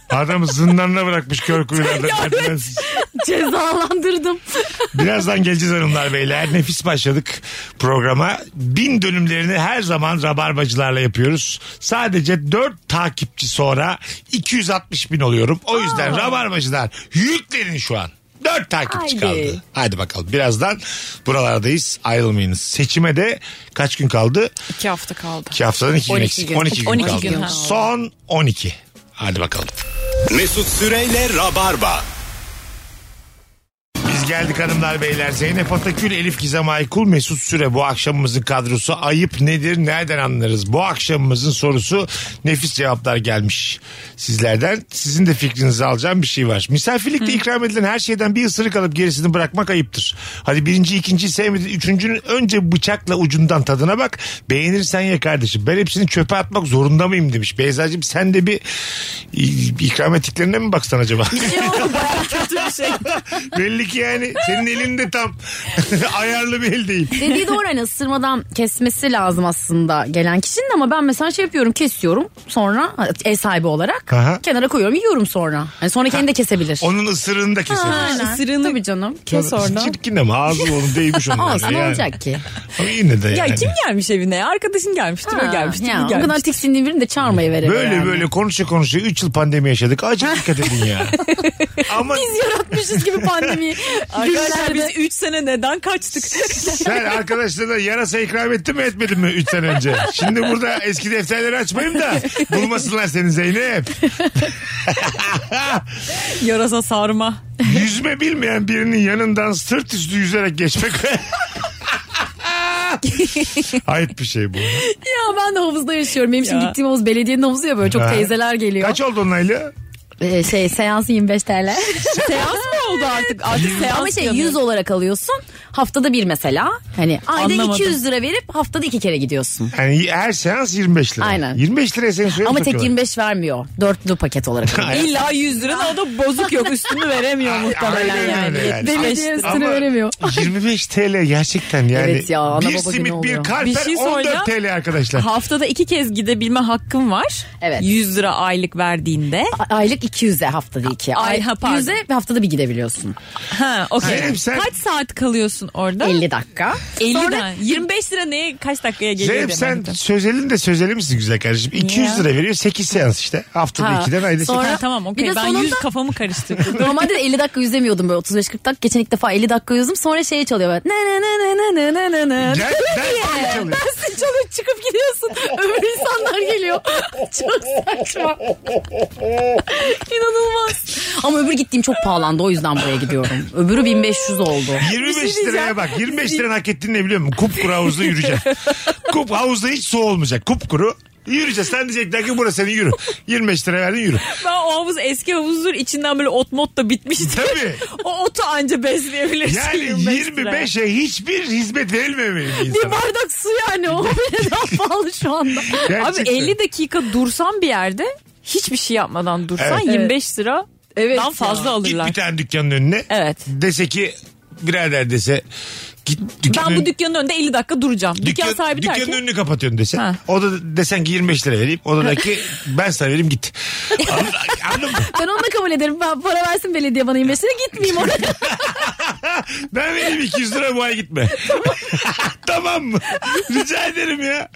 B: Adam zindanına bırakmış kör kuyularda. merdivensiz.
E: Cezalandırdım.
B: Birazdan geleceğiz hanımlar beyler. Nefis başladık programa. Bin dönümlerini her zaman rabarbacılarla yapıyoruz. Sadece 4 takipçi sonra 260 bin oluyorum. O yüzden rabarbacılar yüklenin şu an. 4 takipçi
E: Haydi.
B: kaldı. Hadi bakalım birazdan buralardayız ayrılmayınız. Seçime de kaç gün kaldı?
D: İki hafta kaldı.
B: 2 haftadan 2 gün
E: 12
B: eksik.
E: gün.
B: 12 gün
D: 12
B: kaldı.
D: gün, ha.
B: Son 12. Hadi bakalım.
A: Mesut Süreyle Rabarba.
B: Biz geldik hanımlar beyler. Zeynep Atakül, Elif Gizem Aykul, Mesut Süre bu akşamımızın kadrosu. Ayıp nedir nereden anlarız? Bu akşamımızın sorusu nefis cevaplar gelmiş sizlerden. Sizin de fikrinizi alacağım bir şey var. Misafirlikte ikram edilen her şeyden bir ısırık alıp gerisini bırakmak ayıptır. Hadi birinci, ikinciyi sevmedin. Üçüncünün önce bıçakla ucundan tadına bak. Beğenirsen ye kardeşim. Ben hepsini çöpe atmak zorunda mıyım demiş. Beyza'cığım sen de bir i- ikram ettiklerine mi baksan acaba?
D: Kötü bir şey.
B: Belli ki yani senin elin de tam ayarlı bir el değil.
E: Dediği doğru hani ısırmadan kesmesi lazım aslında gelen kişinin ama ben mesela şey yapıyorum kesiyorum sonra ev sahibi olarak
B: Aha.
E: kenara koyuyorum yiyorum sonra. Hani sonra kendi de kesebilir.
B: Onun ısırığını da kesebilirsin.
E: Aynen.
D: Isırığını-
E: Tabii canım. Kes
B: Tabii.
E: orada.
B: Çirkin ama ağzı onun değmiş onun.
E: Olsun
B: yani.
E: ne olacak ki?
B: Ama yine de
D: Ya
B: yani.
D: kim gelmiş evine ya? Arkadaşın gelmiş,
E: Ha,
D: Tuna gelmiş, Tuna
E: ya, o
D: gelmiş.
E: kadar tiksindiğim birini de çağırmaya verir.
B: Böyle
E: yani.
B: böyle konuşa konuşa 3 yıl pandemi yaşadık. Acık dikkat edin ya. Ama
E: Biz yaratmışız gibi pandemiyi.
D: Arkadaşlar
E: Günlerde.
D: biz 3 sene neden kaçtık?
B: sen arkadaşlarına yarasa ikram ettin mi etmedin mi 3 sene önce? Şimdi burada eski defterleri açmayayım da bulmasınlar seni Zeynep.
D: Yarasa sarma.
B: Yüzme bilmeyen birinin yanından sırt üstü yüzerek geçmek. Ayıp bir şey bu.
E: Ya ben de havuzda yaşıyorum. Benim şimdi
D: Ya.
E: gittiğim havuz belediyenin havuzu ya böyle çok
B: Ha.
E: teyzeler geliyor.
B: Kaç oldu onaylı?
E: Ee, şey seans 25 TL.
D: Seans mı oldu artık? Artık seans
E: Ama şey
D: yanıyor.
E: 100 olarak alıyorsun. Haftada bir mesela. Hani ayda
D: Anlamadım.
E: 200 lira verip haftada iki kere gidiyorsun.
B: Yani her seans 25 lira.
E: Aynen.
B: 25 liraya seni suya mı
E: Ama tek
B: sokuyorlar?
E: 25 vermiyor. Dörtlü paket olarak. alıyor.
D: İlla 100 lira da o da bozuk yok üstünü veremiyor muhtemelen
B: Aynen
D: yani.
B: öyle yani.
D: Beş
E: Belediye
D: lira.
E: üstüne veremiyor.
B: 25 TL gerçekten yani.
E: Evet ya, ana
B: bir
E: baba günü
B: simit bir
E: oluyor.
D: Bir
B: kalper
D: şey
B: 14
D: soracağım.
B: TL arkadaşlar.
D: Haftada iki kez gidebilme hakkım var.
E: Evet.
D: 100 lira aylık verdiğinde.
E: A- Aylık 200'e haftada iki.
D: Ay,
E: Ay,
D: ha, pardon.
E: 100'e ve haftada bir gidebiliyorsun.
D: Ha, okey.
B: Zeynep sen-
D: Kaç saat kalıyorsun orada?
E: 50 dakika.
D: 50
E: Sonra
D: lira. 25 lira neye kaç dakikaya geliyor?
B: Zeynep
D: diye
B: sen
D: baktım.
B: sözelin de sözeli misin güzel kardeşim? 200
D: Ya.
B: lira veriyor 8 seans işte. Haftada
E: Ha.
B: 2'den ayda
E: Sonra-
B: 8.
D: Ha, tamam
E: Bir
D: okey
E: de
D: ben
E: sonunda-
D: 100 kafamı karıştırdım.
E: Normalde de 50 dakika yüzemiyordum böyle 35-40 dakika. Geçen ilk defa 50 dakika yüzdüm. Sonra şeye çalıyor böyle. Ne ne ne ne ne ne ne ne ne.
B: Gel,
D: şey
B: ben şey çalıyor.
E: Dersin çalıyor çıkıp gidiyorsun. Öbür insanlar geliyor. Çok saçma. İnanılmaz. Ama öbür gittiğim çok pahalandı o yüzden buraya gidiyorum. Öbürü 1500 oldu.
B: 25 liraya
D: diyeceğim.
B: bak. 25 liranın hak ettiğini ne biliyor musun? Kupkuru havuzda yürüyeceksin. Kup havuzda hiç su olmayacak. Kupkuru yürüyeceğiz. Sen diyecekler ki burası senin yürü. 25 lira verdin yürü.
D: ben o havuz eski havuzdur içinden böyle ot mot da bitmişti.
B: Tabii.
D: o otu anca besleyebilirsin.
B: Yani
D: 25
B: 25'e hiçbir hizmet verilmemeli bir
E: Bir
B: insana.
E: bardak su yani o bile daha pahalı şu anda.
D: Abi
B: Gerçekten.
D: 50 dakika dursan bir yerde hiçbir şey yapmadan dursan
B: Evet.
D: 25 lira
E: Evet
D: dan fazla
B: Git
D: alırlar.
B: bir tane dükkanın önüne.
D: Evet.
B: Dese ki birader dese Git
D: Ben
B: dükkanın-
D: bu dükkanın önünde 50 dakika duracağım. Dükkan,
B: Dükkan-
D: sahibi der
B: dükkanın
D: ki
B: önünü kapatıyorsun desen.
D: Ha.
B: O da desen ki 25 lira vereyim. O da der ki ben sana vereyim git. Anladın, anladın mı?
E: Ben onu da kabul ederim. Ben para versin belediye bana yemesine gitmeyeyim oraya.
B: Ben vereyim 200 lira bu ay gitme. tamam mı? Rica ederim ya.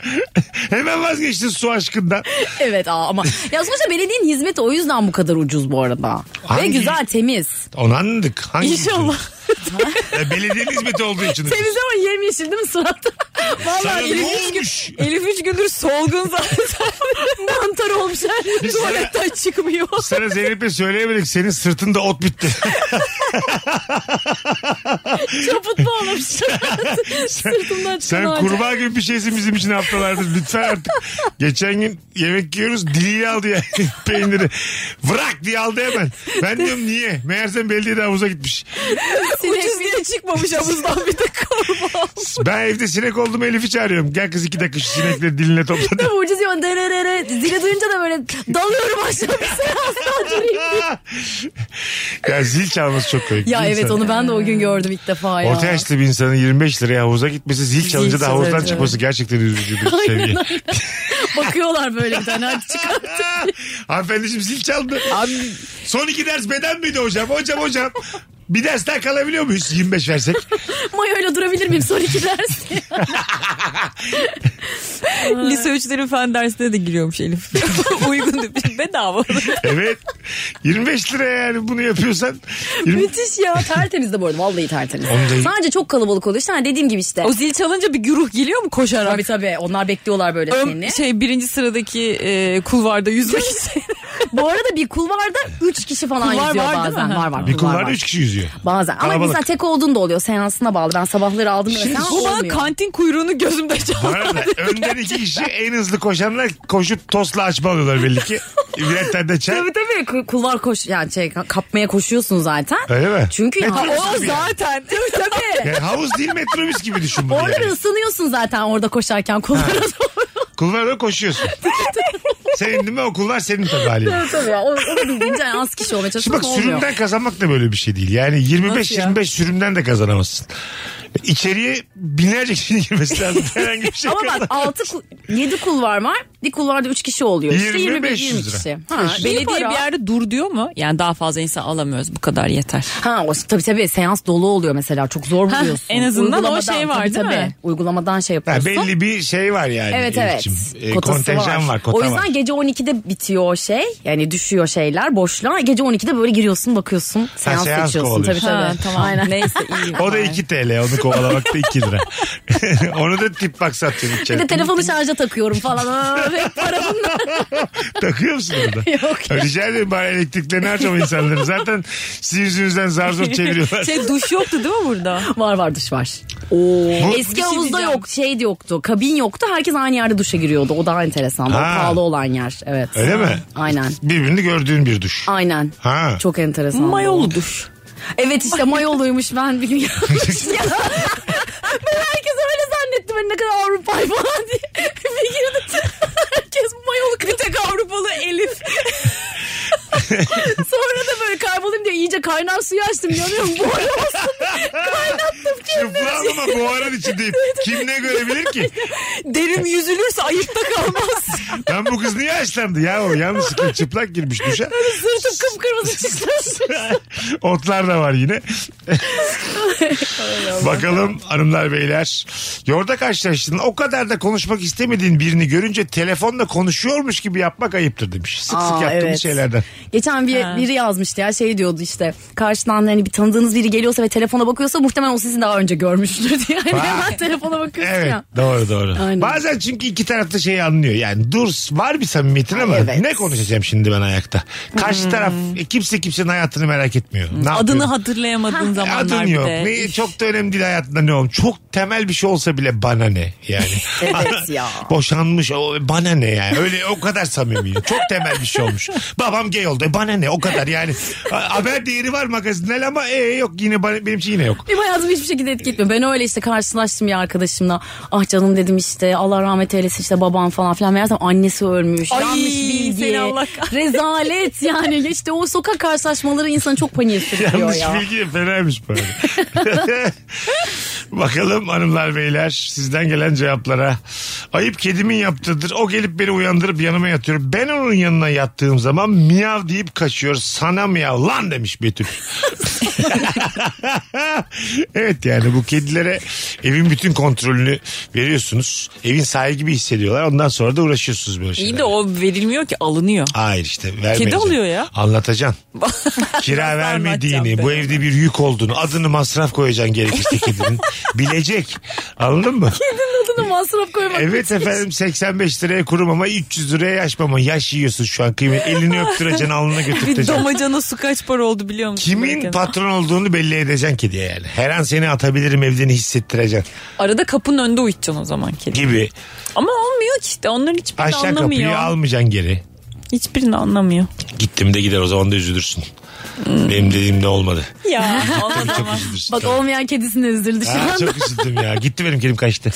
B: Hemen vazgeçtin su aşkından.
E: evet aa, ama. Ya sonuçta belediyenin hizmeti o yüzden bu kadar ucuz bu arada.
B: Hangi-
E: Ve güzel temiz.
B: Onu anladık. Hangi
D: İnşallah.
B: E, belediyenin hizmeti olduğu için.
E: Temiz ama yemyeşil değil mi suratı?
B: Sana
E: Vallahi
B: ne
E: elif
B: olmuş?
D: Elif üç gündür solgun zaten.
E: mantar olmuş her
B: Biz sana-
E: tuvaletten çıkmıyor.
B: Sana Zeynep'e söyleyemedik senin sırtında ot bitti.
E: Çaputlu olmuş Sırtımdan çıkan
B: Sen
E: ağaca.
B: kurbağa gibi bir şeysin bizim için haftalardır. Lütfen artık. Geçen gün yemek yiyoruz diliyle aldı ya peyniri. Vrak diye aldı hemen. Ben diyorum niye? Meğersem belediye de havuza gitmiş.
E: Sinek
D: Ucuz diye çıkmamış havuzdan bir de kurban.
B: Ben evde sinek oldum Elif'i çağırıyorum. Gel kız iki dakika şu sinekleri diline topla. diye.
E: Tabii ucuz yaman dırırırı. Zili duyunca da böyle dalıyorum aşağı bir şey. asla durayım.
B: ya zil çalması çok komik.
E: Ya
B: Bir
E: evet
B: insan-
E: onu ben de o gün gördüm ilk defa ya.
B: Orta yaşlı bir insanın 25 liraya havuza gitmesi zil çalınca da
E: çalınca,
B: havuzdan
E: evet.
B: çıkması gerçekten üzücü bir seviye.
E: Bakıyorlar böyle bir tane Hani, hadi çıkar.
B: Hanımefendiciğim zil çaldı. Son iki ders beden miydi hocam? Hocam hocam. Bir ders daha kalabiliyor muyuz 25 versek?
E: Mayoyla durabilir miyim son iki ders?
D: Lise 3'lerin fen dersine de giriyormuş Elif. Uygun bir bedava.
B: Evet. 25 lira yani bunu yapıyorsan. 20...
E: Müthiş ya. Tertemiz de bu arada vallahi tertemiz.
B: Onu da-
E: Sadece çok kalabalık oluyor. İşte hani dediğim gibi işte.
D: o zil çalınca bir güruh geliyor mu koşarak?
E: Tabii tabii onlar bekliyorlar böyle
D: Ön-
E: seni.
D: şey birinci sıradaki e, kulvarda yüzmek için.
E: Bu arada bir kulvarda 3 kişi falan
D: Kulvar
E: yüzüyor
D: var değil
E: bazen.
D: mi?
E: Var var.
B: Bir
E: kulvar
B: kulvarda
E: var.
B: 3 kişi yüzüyor.
E: Bazen ama
B: Kalabalık.
E: insan tek olduğun da oluyor. Seansına bağlı. Ben sabahları aldım. Şimdi
D: Bu bana kantin kuyruğunu gözümde
B: Bu
D: çaldı.
B: arada önden iki kişi en hızlı koşanlar koşup tosla açma alıyorlar belli ki. Birer tane de çay.
E: Tabii tabii Ku- kulvar koş yani şey kapmaya koşuyorsun zaten.
B: Öyle mi?
E: Çünkü ya,
B: Metrobüs
E: o
B: gibi yani.
E: zaten tabii tabii.
B: Yani havuz değil metrobüs gibi düşün bunu
E: Orada
B: yani.
E: ısınıyorsun zaten orada koşarken kulvara doğru.
B: Kulvarda koşuyorsun. senin değil mi o kulvar senin tabii haliyle.
E: tabii ya o, o da bildiğince yani az kişi olmaya
B: Şimdi
E: çalışıyor.
B: bak
E: ama olmuyor.
B: sürümden kazanmak da böyle bir şey değil. Yani 25-25 sürümden de kazanamazsın. İçeriye binlerce kişinin girmesi lazım. Herhangi bir şey
E: Ama bak 6 7 kulvar var. Bir kulvarda 3 kişi oluyor. işte
B: 20,
E: 20
B: 500
E: 20
B: lira.
E: kişi. Ha,
D: Belediye bir yerde dur diyor mu? Yani daha fazla insan alamıyoruz bu kadar yeter.
E: Ha o, tabii tabii seans dolu oluyor mesela çok zor
D: Heh,
E: buluyorsun.
D: en azından o şey
E: Uygulamadan,
D: var,
E: tabii,
D: değil mi?
E: tabii. Uygulamadan şey
B: Ha,
E: yapıyorsun.
B: belli bir şey var yani.
E: Evet evet.
B: Elif'ciğim. E,
E: Kotası
B: kontenjan var. kota
E: o yüzden
B: var.
E: gece 12'de bitiyor o şey. Yani düşüyor şeyler boşluğa. Gece 12'de böyle giriyorsun bakıyorsun. Seans,
B: seans
E: seçiyorsun. Tabii
B: kovalıyorsun.
E: tabii.
D: Ha, tamam.
E: Aynen.
D: Neyse iyi.
B: O da 2 TL onu kovalamak da 2 lira. onu da tip bak satıyorsun
E: Bir
B: içeri.
E: de telefonu şarja takıyorum falan. Aa, Hep para bunlar.
B: Takıyor musun orada?
E: Yok ya.
B: Rica ederim bari elektriklerini harcama insanları. Zaten sizin yüzünüzden zar zor çeviriyorlar.
D: Şey duş yoktu değil mi burada?
E: Var var duş var.
B: Bu-
E: Eski
D: şey
E: havuzda
D: diyeceğim.
E: yok şey de yoktu. Kabin yoktu. Herkes aynı yerde duşa giriyordu. O daha enteresan. O
B: Ha.
E: pahalı olan yer. Evet.
B: Öyle mi?
E: Aynen.
B: Birbirini gördüğün bir duş.
E: Aynen.
B: Ha.
E: Çok enteresan.
D: Mayolu duş.
E: Evet işte mayoluymuş ben bir gün yanlış ya. Ben herkes öyle zannettim. Hani ne kadar Avrupa'yı falan diye. Bir girdim. Herkes mayolu
D: Bir tek Avrupalı Elif.
E: Sonra da böyle kaybolayım diye iyice kaynar suyu açtım. Yanıyorum bu ara olsun. Kaynattım kendimi.
B: Çıplağım ama buharın içindeyim. Kim ne görebilir ki?
D: Derim yüzülürse ayıpta kalmaz.
B: Lan bu kız niye açlandı ya o yanlışlıkla çıplak girmiş duşa.
E: Sırtım kıpkırmızı çıktı.
B: Otlar da var yine. Bakalım hanımlar beyler. Yolda karşılaştın. O kadar da konuşmak istemediğin birini görünce telefonla konuşuyormuş gibi yapmak ayıptır demiş. Sık
E: Aa,
B: sık yaptığımız
E: evet.
B: şeylerden.
E: Geçen bir, biri yazmıştı ya şey diyordu işte karşıdan hani bir tanıdığınız biri geliyorsa ve telefona bakıyorsa muhtemelen o sizi daha önce görmüştür diye. Hani
B: Ha.
E: hemen telefona bakıyorsun
B: Evet
E: ya.
B: doğru doğru.
E: Aynen.
B: Bazen çünkü iki tarafta şeyi anlıyor. Yani dur var bir samimiyetin ama
E: evet. Hmm.
B: ne konuşacağım şimdi ben ayakta. Karşı taraf e, kimse kimsenin hayatını merak etmiyor. Ne
D: Adını
B: yapıyorum?
D: hatırlayamadığın zamanlar
B: Adın
D: bir
B: yok.
D: de.
B: Ne, çok da önemli değil hayatında ne olmuş. Çok temel bir şey olsa bile bana ne yani.
E: Evet ya.
B: Boşanmış o, bana ne yani. Öyle o kadar samimi. Çok temel bir şey olmuş. Babam gay oldu. E, Bana ne o kadar yani. Ha- Haber değeri var magazinel ama e, yok yine bana, benim için yine yok.
E: Benim hayatımı hiçbir şekilde etki etmiyor. Ben öyle işte karşılaştım bir arkadaşımla. Ah canım dedim işte Allah rahmet eylesin işte babam falan filan. Meğersem annesi ölmüş.
D: Ay,
E: yanlış bilgi.
D: seni Allah
E: Rezalet yani. İşte o sokak karşılaşmaları insanı çok paniğe sürüyor
B: Yanlış
E: ya.
B: bilgi fenaymış böyle. Bakalım hanımlar beyler sizden gelen cevaplara. Ayıp kedimin yaptığıdır. O gelip beni uyandırıp yanıma yatıyor. Ben onun yanına yattığım zaman miyav deyip kaçıyor. Sana miyav lan demiş Betül. evet yani bu kedilere evin bütün kontrolünü veriyorsunuz. Evin sahibi gibi hissediyorlar. Ondan sonra da uğraşıyorsunuz böyle şeyler.
D: İyi de o verilmiyor ki alınıyor.
B: Hayır işte vermeyeceksin.
D: oluyor ya.
B: Anlatacaksın. Kira
D: Nasıl
B: vermediğini,
D: anlatacağım
B: bu
D: ben?
B: evde bir yük olduğunu, adını masraf koyacaksın gerekirse kedinin. Bilecek. Anladın mı?
E: Adını masraf koymak.
B: Evet efendim 85 liraya kurum ama 300 liraya yaş mama. Yaş yiyorsun şu an kıymet. Elini öptüreceksin, alnına
D: Bir
B: götürteceksin.
D: damacana su kaç para oldu biliyor musun?
B: Kimin
D: Berken?
B: patron olduğunu belli edeceksin kediye yani. Her an seni atabilirim evden hissettireceksin
D: Arada kapının önünde uyutacaksın o zaman kedi.
B: gibi.
D: Ama olmuyor ki işte onların hiçbirini
B: Aşağı
D: anlamıyor.
B: kapıyı almayacaksın geri.
D: Hiçbirini anlamıyor.
B: Gittim de gider o zaman da üzülürsün. Benim dediğim de olmadı.
D: Ya olmadı
B: Çok
D: ama.
B: üzülürsün.
E: Bak olmayan kedisine üzüldü şu
B: Ha,
E: anda.
B: çok üzüldüm ya. Gitti benim kedim kaçtı.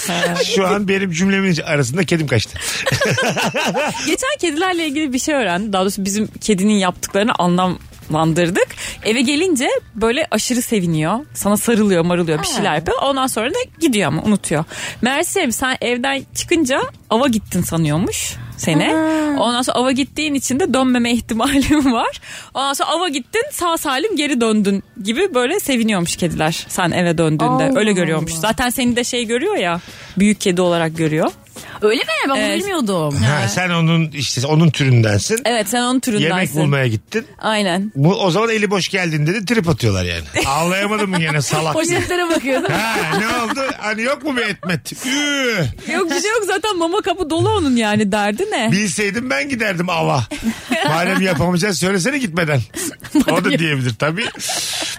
B: Şu an benim cümlemin arasında kedim kaçtı.
D: Geçen kedilerle ilgili bir şey öğrendim. Daha doğrusu bizim kedinin yaptıklarını anlamlandırdık. Eve gelince böyle aşırı seviniyor. Sana sarılıyor marılıyor bir şeyler yapıyor. Ondan sonra da gidiyor ama unutuyor. Mersem sen evden çıkınca ava gittin sanıyormuş seni. Ondan sonra ava gittiğin için de dönmeme ihtimalim var. Ondan sonra ava gittin sağ salim geri döndün gibi böyle seviniyormuş kediler sen eve döndüğünde.
E: Allah
D: Öyle görüyormuş. Zaten seni de şey görüyor ya büyük kedi olarak görüyor.
E: Öyle mi? Ben bunu
D: Evet.
E: bilmiyordum.
B: Ha, sen onun işte onun türündensin.
D: Evet sen onun türündensin.
B: Yemek bulmaya gittin.
D: Aynen.
B: Bu, o zaman eli boş geldin dedi trip atıyorlar yani. Ağlayamadın mı gene salak?
E: Poşetlere bakıyordum.
B: ha, ne oldu? Hani yok mu bir etmet? Üü,
D: Yok bir şey yok zaten mama kapı dolu onun yani derdi ne?
B: bilseydim ben giderdim ava. Madem yapamayacağız söylesene gitmeden. o da diyebilir tabii.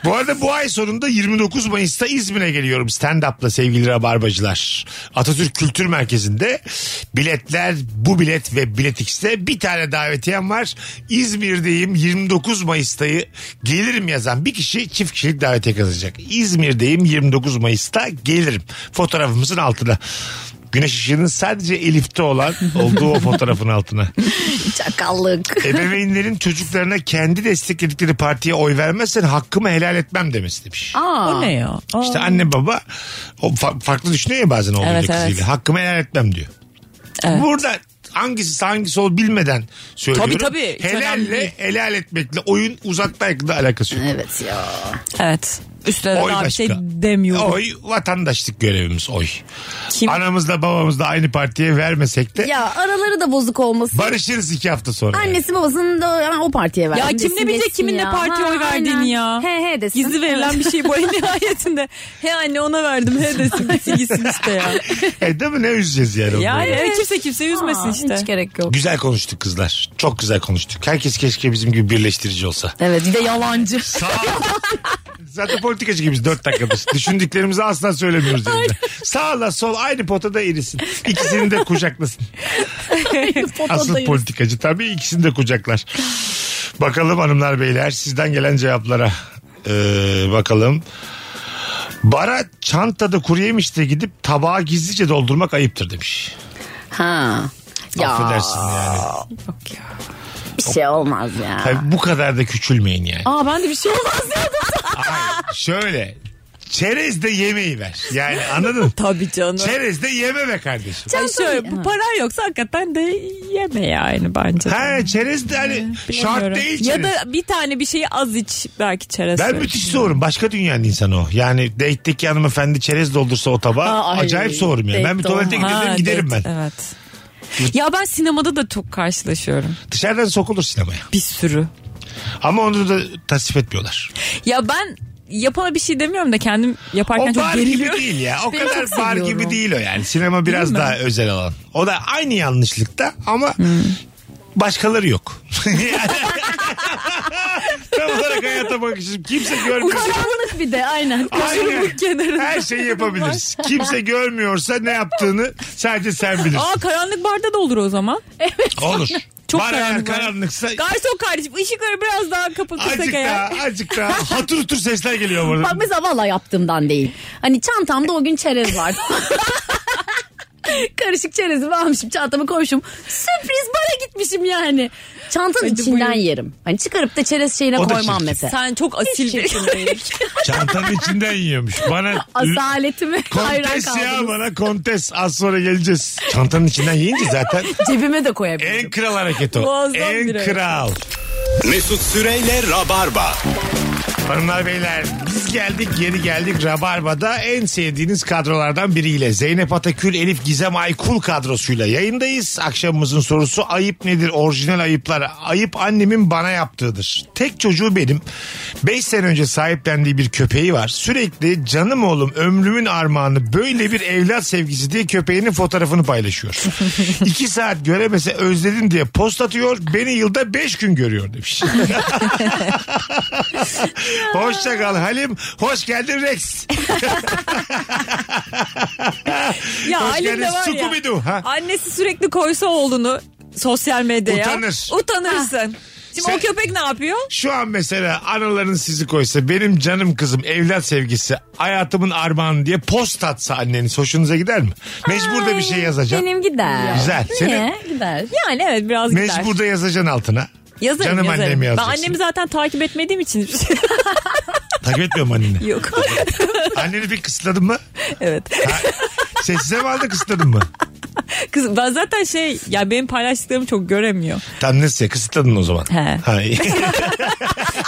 B: Bu arada bu ay sonunda 29 Mayıs'ta İzmir'e geliyorum stand-up'la sevgili Rabarbacılar. Atatürk Kültür Merkezi'nde biletler bu bilet ve Bilet X'te bir tane davetiyem var. İzmir'deyim 29 Mayıs'tayı gelirim yazan bir kişi çift kişilik davetiye kazanacak. İzmir'deyim 29 Mayıs'ta gelirim. Fotoğrafımızın altına. Güneş ışığının sadece Elif'te olan olduğu o fotoğrafın altına.
E: Çakallık.
B: Ebeveynlerin çocuklarına kendi destekledikleri partiye oy vermezsen hakkımı helal etmem demesi demiş.
E: Aa.
D: O ne ya? Aa.
B: İşte anne baba o fa- farklı düşünüyor ya bazen oğluyla
D: Evet,
B: kızıyla.
D: evet.
B: Hakkımı helal etmem diyor. Burada hangisi hangisi ol bilmeden söylüyorum.
D: Tabii, tabii. Hiç önemli değil.
B: Helalle helal etmekle oyun uzakta yakında alakası yok.
E: Evet ya.
D: Evet. Üstüne de
B: Oy
D: daha bir şey
B: başka.
D: demiyorum.
B: Oy vatandaşlık görevimiz oy.
D: Kim?
B: Anamızla babamızla aynı partiye vermesek de
E: Ya araları da bozuk olmasın.
B: barışırız iki hafta sonra. yani.
E: Annesi babasının da yani o partiye verdi.
D: Ya kim ne bilecek kimin ne partiye oy verdiğini ya.
E: He he desin.
D: Gizli verilen bir şey bu en nihayetinde. He anne ona verdim he desin gitsin gitsin işte ya.
B: E değil mi ne üzeceğiz yani?
D: Yani
B: onları?
D: evet, kimse kimse üzmesin işte.
E: Hiç gerek yok.
B: Güzel konuştuk kızlar. Çok güzel konuştuk. Herkes keşke bizim gibi birleştirici olsa.
E: Evet bir de yalancı.
B: Sağ ol. Zaten politikacı gibiyiz 4 dakikadır. Düşündüklerimizi asla söylemiyoruz. Yani. Sağla sol aynı potada erisin. İkisini de kucaklasın. Asıl politikacı tabii ikisini de kucaklar. Bakalım hanımlar beyler sizden gelen cevaplara. Ee, bakalım. Bara çantada kuru yemiş de gidip tabağı gizlice doldurmak ayıptır demiş.
E: Ha. Ya
B: Affedersin yani.
E: bir şey olmaz ya.
B: Tabii bu kadar da küçülmeyin yani.
E: Aa ben de bir şey olmaz ya.
B: Hayır, şöyle. Çerez de yemeği ver. Yani anladın mı?
D: Tabii canım.
B: Çerez de yeme be kardeşim.
D: Ay şöyle bu paran yoksa hakikaten de yeme yani bence.
B: Ha çerez de hani şart
D: Bilmiyorum.
B: değil
D: Ya
B: çerez.
D: da bir tane bir şeyi az iç belki çerez.
B: Ben
D: söyle.
B: müthiş soğurum. Başka dünyanın insanı o. Yani date'deki hanımefendi çerez doldursa o tabağa
E: Ha, ay.
B: acayip soğurum yani. Ben bir
E: Date
B: tuvalete
D: Ha,
B: giderim giderim ben.
D: evet, Evet. Ya ben sinemada da çok karşılaşıyorum.
B: Dışarıdan sokulur sinemaya.
D: Bir sürü.
B: Ama onu da tasvip etmiyorlar.
D: Ya ben yapana bir şey demiyorum da kendim yaparken
B: O
D: çok
B: bar gibi
D: geriliyorum.
B: değil ya. O
E: Ben
B: kadar
E: çok
B: bar
E: seviyorum.
B: gibi değil o yani. Sinema biraz
D: mi?
B: daha özel alan. O da aynı yanlışlıkta ama
D: Hmm.
B: başkaları yok. Tam olarak hayata bakışım. Kimse görmüyor.
E: Karanlık bir de aynen.
B: Aynen.
D: Uçurumun kenarında.
B: Her şey şeyi yapabiliriz. Kimse görmüyorsa ne yaptığını sadece sen bilirsin.
D: Aa karanlık barda da olur o zaman.
B: Olur.
D: Çok
B: Bar eğer
D: karanlık var.
B: karanlıksa
D: Garson kardeşim ışıkları biraz daha kapatırsak
B: E- azıcık daha,
D: eğer.
B: azıcık daha. Hatır hutur sesler geliyor burada.
E: Bak mesela valla yaptığımdan değil. Hani çantamda o gün çerez var. Karışık çerezimi almışım çantama koymuşum. Sürpriz bara gitmişim yani. Çantanın
D: Hadi
E: içinden
D: buyurun.
E: yerim. Hani çıkarıp da çerez şeyine
B: O da
E: koymam
B: çirkin.
E: mesela.
D: Sen çok asil birisin.
B: Çantanın içinden yiyormuş. Bana
E: Asaletimi hayran
B: kontes ya
E: kaldım.
B: bana kontes. Az sonra geleceğiz. Çantanın içinden yiyince zaten
E: Cebime de koyabilirim.
B: en kral hareket o.
D: Muazzam
B: en
D: bir hareket.
B: kral.
A: Mesut Süreyle Rabarba.
B: Hanımlar beyler biz geldik geri geldik Rabarba'da en sevdiğiniz kadrolardan biriyle Zeynep Atakül, Elif Gizem Aykul kadrosuyla yayındayız. Akşamımızın sorusu ayıp nedir orijinal ayıplar ayıp annemin bana yaptığıdır. Tek çocuğu benim 5 sene önce sahiplendiği bir köpeği var sürekli canım oğlum ömrümün armağanı böyle bir evlat sevgisi diye köpeğinin fotoğrafını paylaşıyor. 2 saat göremese özledim diye post atıyor beni yılda 5 gün görüyor demiş. Hoşça kal Halim. Hoş geldin Rex.
D: ya
B: Hoş
D: Halim de
B: geldin
D: var ya.
B: E, Scooby-Doo, ha?
D: Annesi sürekli koysa oğlunu sosyal medyaya.
B: Utanır.
D: Utanırsın. Şimdi
B: Sen-
D: o köpek ne yapıyor?
B: Şu an mesela analarınız sizi koysa benim canım kızım evlat sevgisi hayatımın armağanı diye post atsa anneniz hoşunuza gider mi? Mecbur da bir şey yazacaksın.
E: Benim gider.
B: Güzel. Senin
E: Niye? Gider.
D: Yani evet biraz gider.
B: mecbur da yazacaksın altına.
D: Yazarım
B: Canım
D: yazarım.
B: annemi
D: ben
B: yazacaksın.
D: annemi zaten takip etmediğim için şey
B: Takip etmiyorum anneni.
D: yok.
B: Anneni bir kısıtladın mı?
D: evet.
B: Ha, Sessize mi aldı kısıtladın mı?
D: Kız ben zaten şey ya benim paylaştıklarımı çok göremiyor.
B: Tam neyse kısıtladın o zaman.
D: He.
B: Ha, iyi.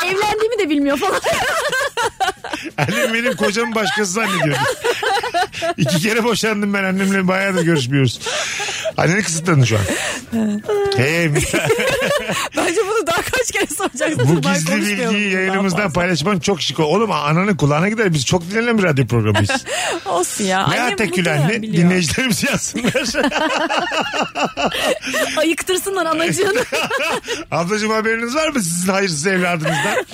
E: Evlendiğimi de bilmiyor falan.
B: Annem benim kocamı başkası zannediyordu. İki kere boşandım ben annemle bayağı da görüşmüyoruz. Anneni kısıtladın şu an. Hey,
D: Bence bunu daha kaç kere soracaksınız.
B: bu
D: Ben
B: gizli
D: konuşmayalım
B: bilgiyi
D: daha
B: yayınımızdan
D: fazla.
B: paylaşman çok şık. Oğlum ananın kulağına gider. Biz çok dinlenen bir radyo programıyız.
D: Olsun ya.
B: ne
D: Annem
B: atakül
D: muhtemelen
B: anne.
D: biliyor.
B: Dinleyicilerimiz yazsınlar.
E: Ayıktırsınlar anacığını.
B: Ablacığım haberiniz var mı sizin hayırsız evladınızdan?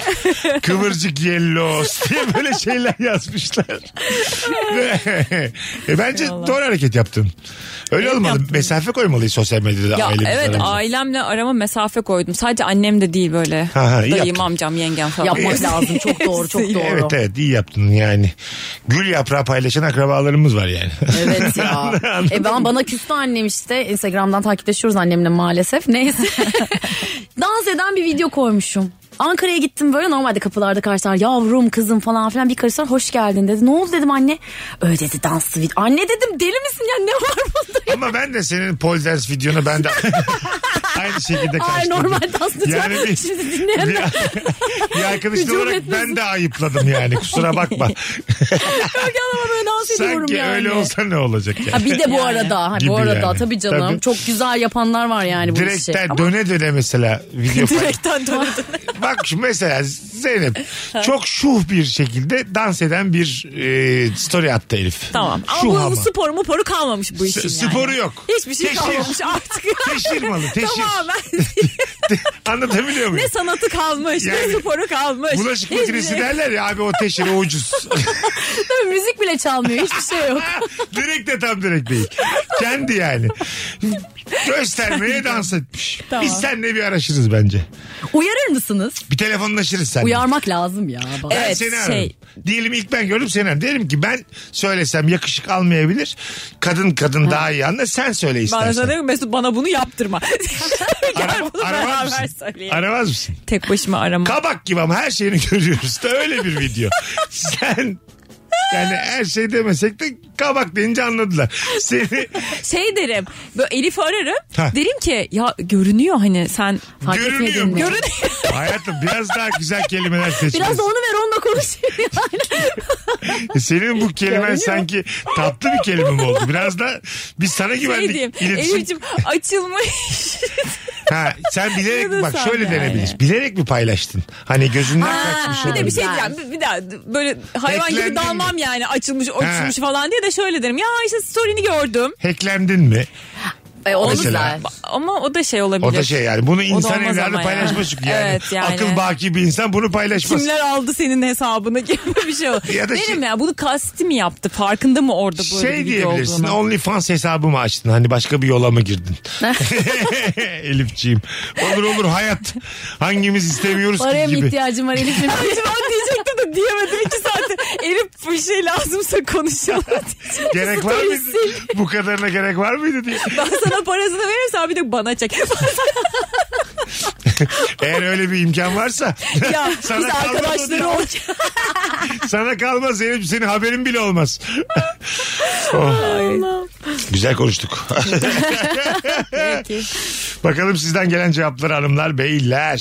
B: Kıvırcık yellos diye böyle şeyler yazmışlar. e bence
D: Eyvallah.
B: doğru hareket yaptın. Öyle
D: Evet,
B: olmalı.
D: yaptım.
B: Mesafe koymalıyız sosyal medyada
D: Ya
B: ailemizle
D: evet
B: aramıza.
D: ailemle arama mesafe koydum. Sadece annem de değil böyle.
B: Ha, ha, iyi
D: Dayım,
B: yaptın.
D: amcam, yengem falan.
E: Yapmak lazım. Çok doğru çok doğru.
B: Evet evet iyi yaptın yani. Gül yaprağı paylaşan akrabalarımız var yani.
E: Evet ya. e ben bana küstü annem işte. Instagram'dan takipleşiyoruz annemle maalesef. Neyse. Dans eden bir video koymuşum. Ankara'ya gittim böyle normalde kapılarda karşılar yavrum kızım falan filan bir karşılar hoş geldin dedi. Ne oldu dedim anne. Öyle dedi danslı video. Anne dedim deli misin ya ne var bunda ya?
B: Ama ben de senin pole dance videonu ben de aynı şekilde
E: Ay
B: karşıladım.
E: normal danslı
B: Yani bir-
E: Şimdi
B: bir,
E: dinleyenler
B: bir arkadaşın
E: Hücum
B: olarak
E: etmesin.
B: ben de ayıpladım yani kusura bakma.
E: ama böyle dans ediyorum
B: Sanki
E: yani.
B: öyle olsa ne olacak yani.
E: Ha bir de bu
D: Yani.
E: arada ha,
B: Gibi
E: bu arada
B: yani.
E: tabii canım
B: Tabii.
E: çok güzel yapanlar var yani bu işi.
B: Direkten döne döne mesela video paylaş-
D: Direkten dönüyordum.
B: Bak şu mesela Zeynep çok şuh bir şekilde dans eden bir e, story attı Elif.
D: tamam. Ama
B: Şuh
D: bu
B: ama.
D: spor mu poru kalmamış bu işin
B: S-
D: yani.
B: sporu yok.
D: Hiçbir şey
B: Teşhir.
D: kalmamış artık.
B: Teşhir malı teşhir.
D: Tamamen
B: Anlatabiliyor muyum?
D: ne sanatı kalmış
B: Yani
D: ne sporu kalmış.
B: Bulaşık
D: Hiçbir şey-
B: makinesi derler ya abi o teşhir o ucuz.
E: Tabii müzik bile çalmıyor hiçbir şey yok.
B: direkt de tam direkt değil. Kendi yani. Göstermeye dans etmiş.
D: Tamam.
B: Biz seninle bir araşırız bence.
E: Uyarır mısınız?
B: Bir telefonlaşırız seninle.
E: Uyarmak lazım ya. bana.
B: Ben
D: Evet,
B: seni
D: şey-
B: ararım. Diyelim ilk ben gördüm seni ararım. Derim ki ben söylesem yakışık almayabilir. Kadın kadın daha iyi anlar. Sen söyle
D: Bana sana
B: istersen.
D: diyor ki, Mesut bana bunu yaptırma. Gel
B: Ara-
D: bunu
B: aramaz,
D: beraber
B: mısın?
D: söyleyelim.
B: aramaz mısın?
D: Tek başıma arama.
B: Kabak gibi ama her şeyini görüyoruz da öyle bir video. Sen yani her şey demesek de kabak deyince anladılar. Seni
D: şey derim. Böyle Elif'i ararım.
B: Ha.
D: Derim ki ya görünüyor hani sen.
E: Fark
B: Görünüyor
E: etmedin
B: mu?
E: mi?
D: Görün
B: hayatım biraz daha güzel kelimeler seç.
E: Biraz da onu ver onunla konuşayım yani.
B: Senin bu kelimen sanki tatlı bir kelime mi oldu? Biraz da biz sana güvendik.
D: şey diyeyim.
B: İletişim-
D: Elif'ciğim açılmış.
B: Ha, sen bilerek
D: Ne de
B: bak
D: sen
B: şöyle
D: yani.
B: denebilir. Bilerek mi paylaştın? Hani gözünden kaçmış
D: bir de bir
B: olabilir.
D: şey
E: Güzel.
D: diyeceğim. Bir, bir daha böyle hayvan
B: Hacklendin
D: gibi dalmam
B: mi?
D: yani açılmış açılmış falan diye de şöyle derim. Ya işte story'ni gördüm.
B: Hacklendin mi?
E: e, onu
B: Mesela.
E: güzel.
D: Ama o da şey olabilir.
B: O da şey yani. Bunu insan
D: olmaz
B: evladı
D: ama yani.
B: paylaşmaz çünkü yani.
D: Evet yani.
B: Akıl baki bir insan bunu paylaşmaz.
D: Kimler aldı senin hesabını gibi bir şey olur.
B: Ya da
D: Derim
B: şey-
D: ya bunu kasti mi yaptı? Farkında mı orada böyle
B: şey
D: bir video
B: diyebilirsin.
D: olduğunu?
B: OnlyFans hesabı mı açtın? Hani başka bir yola mı girdin? Elifciğim. Olur olur hayat. Hangimiz istemiyoruz
E: Paraya
B: ki
E: mı
B: gibi.
E: ihtiyacım var Elif'im?
D: Şimdi ben diyecektim de diyemedim iki saattir. Elif bir şey lazımsa konuşalım.
B: Gerek var mıydı? Bu kadarına gerek var mıydı diye.
D: Ben sana parasını veririm sen bir de bana çek.
B: Eğer öyle bir imkan varsa.
D: ya biz
B: kalmaz o
D: arkadaşları
B: da-
D: o
B: Sana kalmaz Zeynep senin haberin bile olmaz. Oh, güzel konuştuk.
D: Peki.
B: Bakalım sizden gelen cevaplar hanımlar beyler.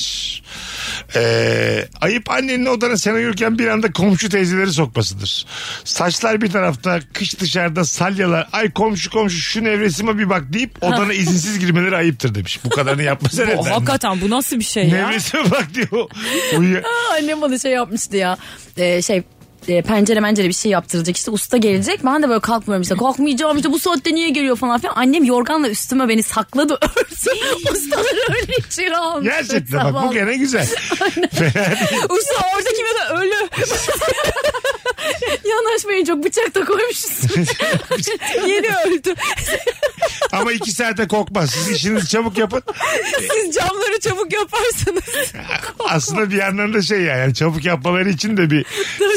B: Ee, ayıp annenin odana sen uyurken bir anda komşu teyzeleri sokmasıdır. Saçlar bir tarafta kış dışarıda salyalar ay komşu komşu şu nevresime bir bak deyip odana izinsiz girmeleri ayıptır demiş. Bu kadarını yapmasa
D: O,
B: neden?
D: hakikaten bu nasıl bir şey ya? Ah,
B: Nevresime bak diyor. Uyuyor.
E: Aa, Annem bana şey yapmıştı ya. Ee, şey e, pencere mencere bir şey yaptıracak işte usta gelecek ben de böyle kalkmıyorum işte kalkmayacağım işte bu saatte niye geliyor falan filan annem yorganla üstüme beni sakladı örtü ustaları öyle içeri almıştı
B: Gerçekten bak bu
E: sabah.
B: gene güzel.
D: Usta orada kime de ölü.
E: yanaşmayın çok bıçak da koymuşsun
D: Yeni öldü.
B: Ama iki saate kokmaz. Siz işinizi çabuk yapın.
D: Siz camları çabuk yaparsanız.
B: Aslında bir yandan da şey yani, yani çabuk yapmaları için de bir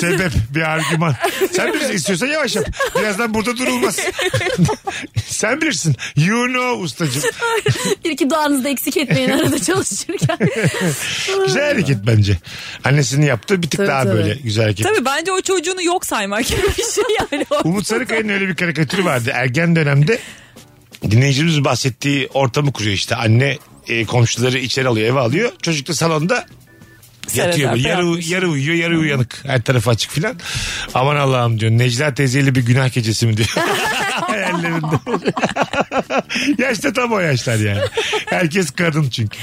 B: sebep, bir argüman. Sen bilirsin istiyorsan yavaş yap. Birazdan burada durulmaz. Sen bilirsin. You know ustacığım.
E: bir iki duanızı da eksik etmeyin arada çalışırken
B: Güzel hareket bence. Annesinin yaptığı bir tık
E: Tabii,
B: daha
E: tabii.
B: böyle güzel hareket.
D: Tabii bence o çocuğunu yok saymak gibi bir şey yani.
B: Umut Sarıkaya'nın öyle bir karikatürü vardı. Ergen dönemde dinleyicimiz bahsettiği ortamı kuruyor işte. Anne e, komşuları içeri alıyor, eve alıyor. Çocuk da salonda Yatıyor
D: Seyreder,
B: böyle. Yarı,
D: yapmış.
B: yarı uyuyor yarı uyanık. Her tarafı açık filan. Aman Allah'ım diyor. Necla teyzeyle bir günah gecesi mi diyor. Hayallerinde. Yaşta tam o yaşlar yani. Herkes kadın çünkü.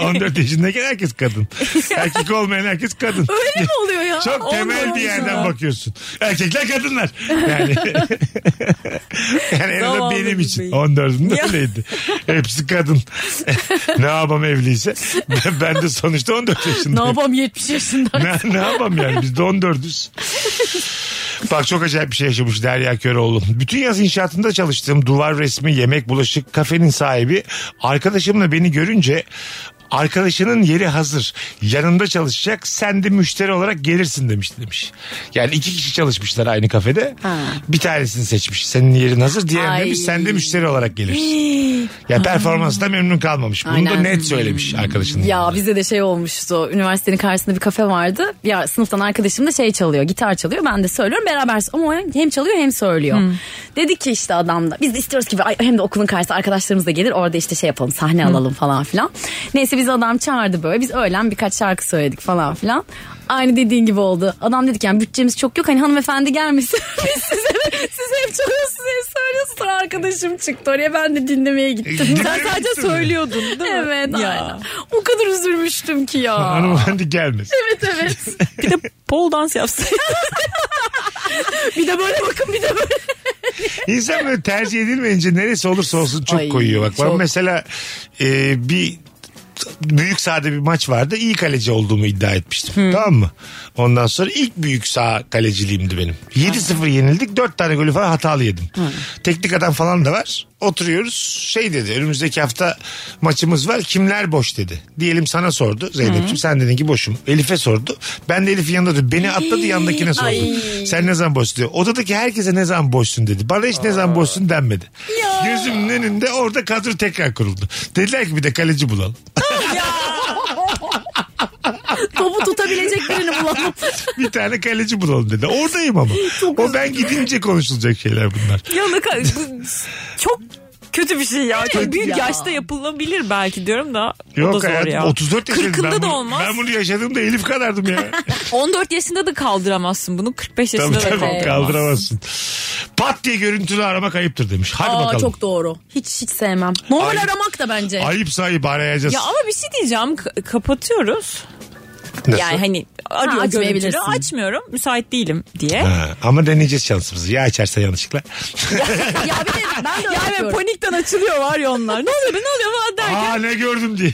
B: 14 yaşındayken herkes kadın. Erkek olmayan herkes kadın.
E: öyle mi oluyor ya
B: Çok temel
E: Olmuyor
B: bir yerden
E: ya.
B: bakıyorsun. Erkekler kadınlar. Yani, yani en azından
D: Zavallı
B: benim
D: bir
B: için.
D: bey.
B: 14'ünde
D: Ya.
B: öyleydi. Hepsi kadın. ne yapam evliyse. Ben- Ben de sonuçta 14 yaşındayım.
E: ne yapam 70 yaşında
B: ne, ne yapam yani biz de 14'üz. Bak çok acayip bir şey yaşamış Derya Köroğlu. Bütün yaz inşaatında çalıştığım duvar resmi, yemek, bulaşık, kafenin sahibi arkadaşımla beni görünce arkadaşının yeri hazır. Yanında çalışacak. Sen de müşteri olarak gelirsin demiş demiş. Yani iki kişi çalışmışlar aynı kafede. Bir tanesini seçmiş. Senin yerin hazır. Diğerini
E: Ay.
B: demiş sen de müşteri olarak gelirsin. ya performansında memnun kalmamış. Bunu da
E: Aynen.
B: net söylemiş arkadaşının.
E: Ya
B: yanında.
E: bizde de şey olmuştu. Üniversitenin karşısında bir kafe vardı. Ya sınıftan arkadaşım da şey çalıyor. Gitar çalıyor. Ben de söylüyorum. Beraber ama o hem çalıyor hem söylüyor. Dedi ki işte adam da biz de istiyoruz ki ay- hem de okulun karşısında arkadaşlarımız da gelir. Orada işte şey yapalım sahne alalım falan filan. Neyse biz adam çağırdı böyle. Biz öğlen birkaç şarkı söyledik falan filan. Aynı dediğin gibi oldu. Adam dedik yani bütçemiz çok yok. Hani hanımefendi gelmesin. Biz size, siz hep çalıyorsunuz hep söylüyorsunuz. Sonra arkadaşım çıktı oraya ben de dinlemeye gittim.
B: Dinlemeye
E: Sen sadece
B: gittin mi?
E: söylüyordun değil mi? Evet.
D: aynen.
E: O kadar üzülmüştüm ki ya.
B: Hanımefendi gelmez.
E: evet evet.
D: Bir de pole dans yapsaydı.
E: Bir de böyle bakın bir de böyle.
B: İnsan böyle tercih edilmeyince neresi olursa olsun çok
E: Ay,
B: koyuyor bak. Ben
E: çok.
B: mesela e, bir büyük sahada bir maç vardı. İyi kaleci olduğumu iddia etmiştim. Tamam mı? Ondan sonra ilk büyük saha kaleciliğimdi benim. 7-0 yenildik. 4 tane golü falan hatalı yedim. Teknik adam falan da var. Oturuyoruz. Şey dedi önümüzdeki hafta maçımız var. Kimler boş dedi. Diyelim sana sordu Zeynep'ciğim. Sen dedin ki boşum. Elif'e sordu. Ben de Elif'in yanında durdum. Beni atladı yandakine sordu. Sen ne zaman boşsun diyor. Odadaki herkese ne zaman boşsun dedi. Bana hiç ne zaman boşsun denmedi. Gözümün önünde orada kadro tekrar kuruldu. Dediler ki bir de kaleci bulalım.
E: Topu tutabilecek birini bulalım.
B: bir tane kaleci bulalım dedi. Oradayım ama. o ben gidince konuşulacak şeyler bunlar.
D: ya ne kadar- bu çok kötü bir şey ya. Çok büyük
E: ya.
D: yaşta yapılabilir belki diyorum da. o da
B: Yok
D: zor
B: hayatım
D: ya.
B: 34 yaşındayım.
D: 40'ında
B: ben
D: da
B: bunu-
D: olmaz.
B: Ben bunu yaşadığımda Elif kadardım ya.
D: 14 yaşında da kaldıramazsın bunu. 45
B: tabii
D: yaşında da
B: tabii
D: kaldıramazsın.
B: kaldıramazsın. Pat diye görüntülü aramak ayıptır demiş. Hadi
E: Aa
B: bakalım.
E: çok doğru. Hiç hiç sevmem. Normal
B: Ay.
E: aramak da bence.
B: Ayıp sahip arayacağız.
D: Ya ama bir şey diyeceğim. K- kapatıyoruz.
B: Nasıl?
D: Yani hani arıyor görüntülü
E: açmayabilirsin.
D: açmıyorum. Müsait değilim diye.
B: Ha, ama deneyeceğiz şansımızı. Ya açarsa yanlışlıkla.
E: Ya bir de ben de öyle
D: Yani
E: yapıyorum.
D: panikten açılıyor var ya onlar. Ne oluyor be ne oluyor falan derken.
B: Aa ne gördüm diye.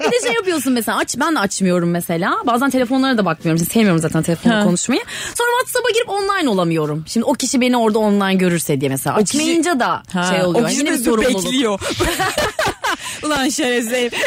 E: Bir de şey yapıyorsun mesela aç ben de açmıyorum mesela. Bazen telefonlara da bakmıyorum. Şimdi Sevmiyorum zaten telefonla
D: Ha.
E: konuşmayı. Sonra WhatsApp'a girip online olamıyorum. Şimdi o kişi beni orada online görürse diye mesela.
D: kişi-
E: Açmayınca da
D: Ha,
E: şey oluyor.
D: O kişi
E: Yine bir
D: de
E: sorumluluk.
D: bekliyor. Ulan şerefsiz herif.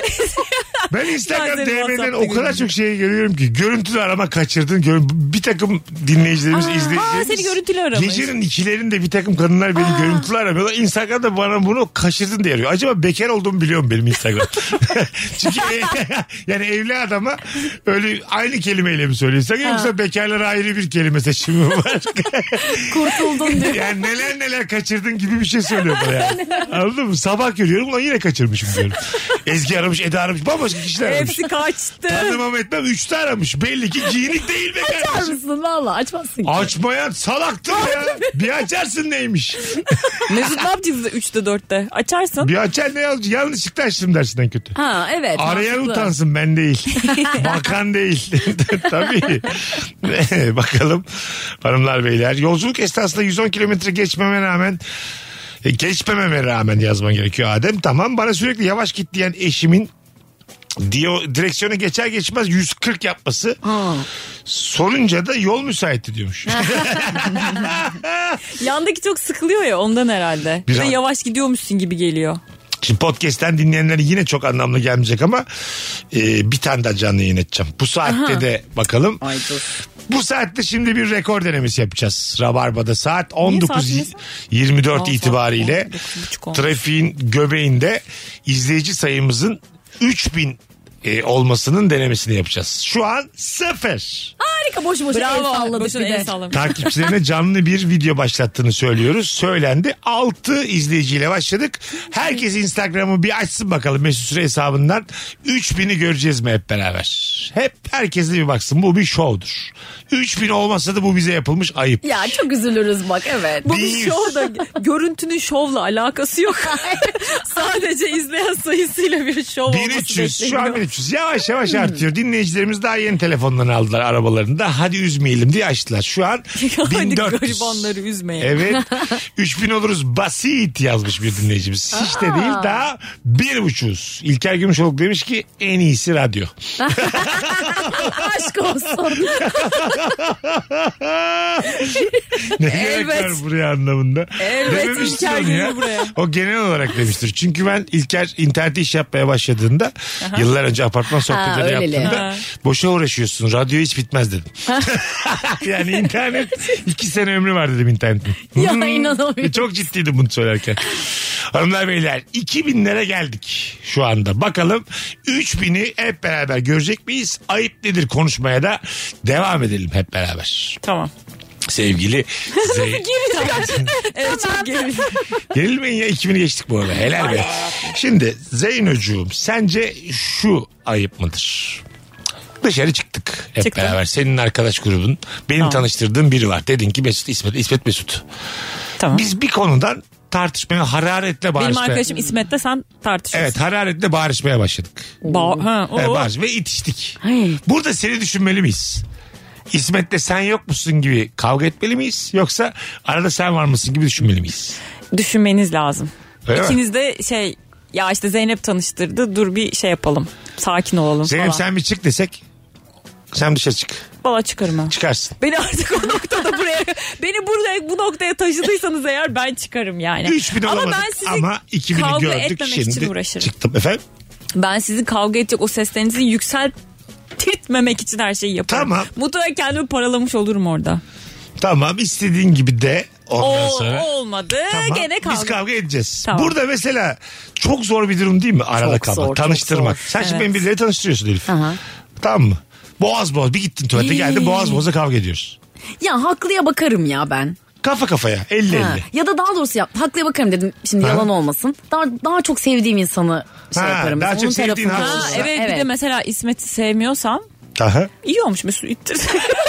B: Ben Instagram
D: Bazen
B: DM'den
D: WhatsApp'ta
B: o kadar
D: görüyorum.
B: çok şey görüyorum ki. Görüntülü arama kaçırdın. Gör- Bir takım dinleyicilerimiz,
D: Aa,
B: izleyicilerimiz.
D: aa, seni görüntülü aramış.
B: Gecenin ikilerinde bir takım kadınlar beni görüntülü aramıyorlar. Instagram'da bana bunu kaçırdın diye arıyor. Acaba bekar olduğumu biliyorum benim Instagram. Çünkü e- yani evli adama öyle aynı kelimeyle mi söylüyor Instagram yoksa bekarlara ayrı bir kelime seçimi mi var?
E: Kurtuldum diyor.
B: yani neler neler kaçırdın gibi bir şey söylüyor bana yani. Anladın mı? Sabah görüyorum ulan yine kaçırmışım diyorum. Ezgi aramış, Eda aramış, bambaşka kişiler aramış.
D: Hepsi kaçtı.
B: Tanımam etmem üçte aramış. Belli ki giyinik değil be
E: Açar
B: kardeşim.
E: mısın valla açmazsın. ki.
B: Açmayan salaktır ya. Bir açarsın neymiş.
D: Mesut ne yapacağız 3'te 4'te? Açarsın.
B: Bir açar ne yazıcı. Yanlışlıkla açtım dersinden kötü.
E: Ha evet.
B: Arayan
E: mantıklı.
B: utansın ben değil. Bakan değil. Tabii. Bakalım hanımlar beyler. Yolculuk esnasında 110 kilometre geçmeme rağmen e, geçmememe rağmen yazman gerekiyor Adem. Tamam bana sürekli yavaş git diyen eşimin diyor, direksiyona geçer geçmez 140 yapması sorunca da yol müsaitti diyormuş.
D: Yandaki çok sıkılıyor ya ondan herhalde.
B: Bir
D: Bir de
B: an-
D: yavaş gidiyormuşsun gibi geliyor.
B: Şimdi podcast'ten dinleyenlere yine çok anlamlı gelmeyecek ama e, bir tane daha canlı yayın edeceğim. Bu saatte de bakalım. Bu saatte şimdi bir rekor denemesi yapacağız. Rabarba'da saat
D: saatimiz?
B: 19.24
D: saat
B: itibariyle
D: 19.30 olmuş.
B: trafiğin göbeğinde izleyici sayımızın 3000 e, olmasının denemesini yapacağız. Şu an sıfır.
E: Harika boş boş el
D: Bravo.
E: salladık
D: Boşuna
E: bir de.
D: el sallamış.
B: Takipçilerine canlı bir video başlattığını söylüyoruz. Söylendi. 6 izleyiciyle başladık. Herkes Instagram'ı bir açsın bakalım Mesut Süre hesabından. 3000'i göreceğiz mi hep beraber? Hep herkes de bir baksın. Bu bir şovdur. 3000 olmasa da bu bize yapılmış ayıp.
E: Ya çok üzülürüz bak evet.
D: Bu bir
B: Değil.
D: şov da görüntünün şovla alakası yok. Sadece izleyen sayısıyla bir şov olması
B: 1300 şu an
D: bekleniyor.
B: 1300 yavaş yavaş artıyor. Dinleyicilerimiz daha yeni telefonlarını aldılar arabalarında. Hadi üzmeyelim diye açtılar. Şu an
D: Hadi
B: 1400.
D: garibanları üzmeyin.
B: Evet. 3000 oluruz basit yazmış bir dinleyicimiz. Hiç de değil daha bir buçuğuz. İlker Gümüşoluk demiş ki en iyisi radyo.
E: Aşk olsun.
B: ne gerek
D: Evet.
B: var buraya anlamında.
D: Evet,
B: Dememiştir
D: İlker
B: onu
D: Gümüş
B: ya.
D: buraya.
B: O genel olarak demiştir. Çünkü ben İlker internette iş yapmaya başladığında yıllar önce apartman sohbetleri
E: öyleli.
B: yaptığımda
D: Ha.
B: boşa uğraşıyorsun radyo hiç bitmez dedim. yani internet iki sene ömrü var dedim internetin.
E: Ya
B: Hmm.
E: inanamıyorum.
B: Çok ciddiydim bunu söylerken. Hanımlar beyler 2000'lere geldik şu anda. Bakalım 3000'i hep beraber görecek miyiz? Ayıp nedir konuşmaya da devam edelim hep beraber.
D: Tamam.
B: Sevgili Zeynep.
D: Evet çok gerilim.
B: Gerilmeyin ya 2000'i geçtik bu arada. Helal be. Şimdi Zeynocuğum sence şu ayıp mıdır? Dışarı çıktık hep
D: Çıktık.
B: beraber. Senin arkadaş grubun benim tanıştırdığım biri var. Dedin ki Mesut İsmet, İsmet Mesut.
D: Tamam.
B: Biz bir konudan tartışmaya hararetle
D: Benim
B: bağırışmaya.
D: arkadaşım İsmet'le sen tartışıyorsun.
B: Evet hararetle bağırışmaya başladık.
D: Ba- ha, o.
B: Evet, bağırış ve itiştik. Burada seni düşünmeli miyiz? İsmet'le sen yok musun gibi kavga etmeli miyiz? Yoksa arada sen var mısın gibi düşünmeli miyiz?
D: Düşünmeniz lazım.
B: Öyle mi?
D: İkiniz de şey ya işte Zeynep tanıştırdı dur bir şey yapalım. Sakin olalım
B: Zeynep
D: falan.
B: sen bir çık desek sen dışarı çık.
D: Valla çıkarım ha.
B: Çıkarsın.
D: Beni artık o noktada buraya beni buraya bu noktaya taşıdıysanız eğer ben çıkarım yani.
B: 3000
D: ama
B: olamadık
D: ben sizi
B: ama 2000'i
D: kavga
B: gördük.
D: etmemek
B: Şimdi
D: için uğraşırım.
B: çıktım efendim.
D: Ben sizin kavga edecek o seslerinizi yükseltmemek için her şeyi yaparım.
B: Tamam.
D: Mutlaka kendimi paralamış olurum orada.
B: Tamam istediğin gibi de ondan
D: O,
B: sonra.
D: olmadı.
B: Tamam,
D: Gene kavga.
B: Biz kavga edeceğiz.
D: Tamam.
B: Burada mesela çok zor bir durum değil mi? Arada
E: Çok
B: kalmak,
E: zor, çok
B: tanıştırmak.
E: zor.
B: Sen şimdi
D: Evet.
B: beni birileri tanıştırıyorsun Elif.
E: Aha.
B: Tamam mı? Boğaz boğaz bir gittin tuvalete geldi boğaz boğaza kavga ediyoruz.
E: Ya haklıya bakarım ya ben.
B: Kafa kafaya 50
E: Ha.
B: 50.
E: Ya da daha doğrusu ya, haklıya bakarım dedim. Şimdi
B: Ha.
E: yalan olmasın. Daha daha çok sevdiğim insanı şey
B: Ha,
E: yaparım.
B: daha
E: Onun
B: çok sevdiğin
E: tarafından-
B: haksız.
D: Ha,
B: Ha,
D: evet, bir de mesela İsmet'i sevmiyorsam
B: Aha.
D: iyi olmuş Mesut ittir.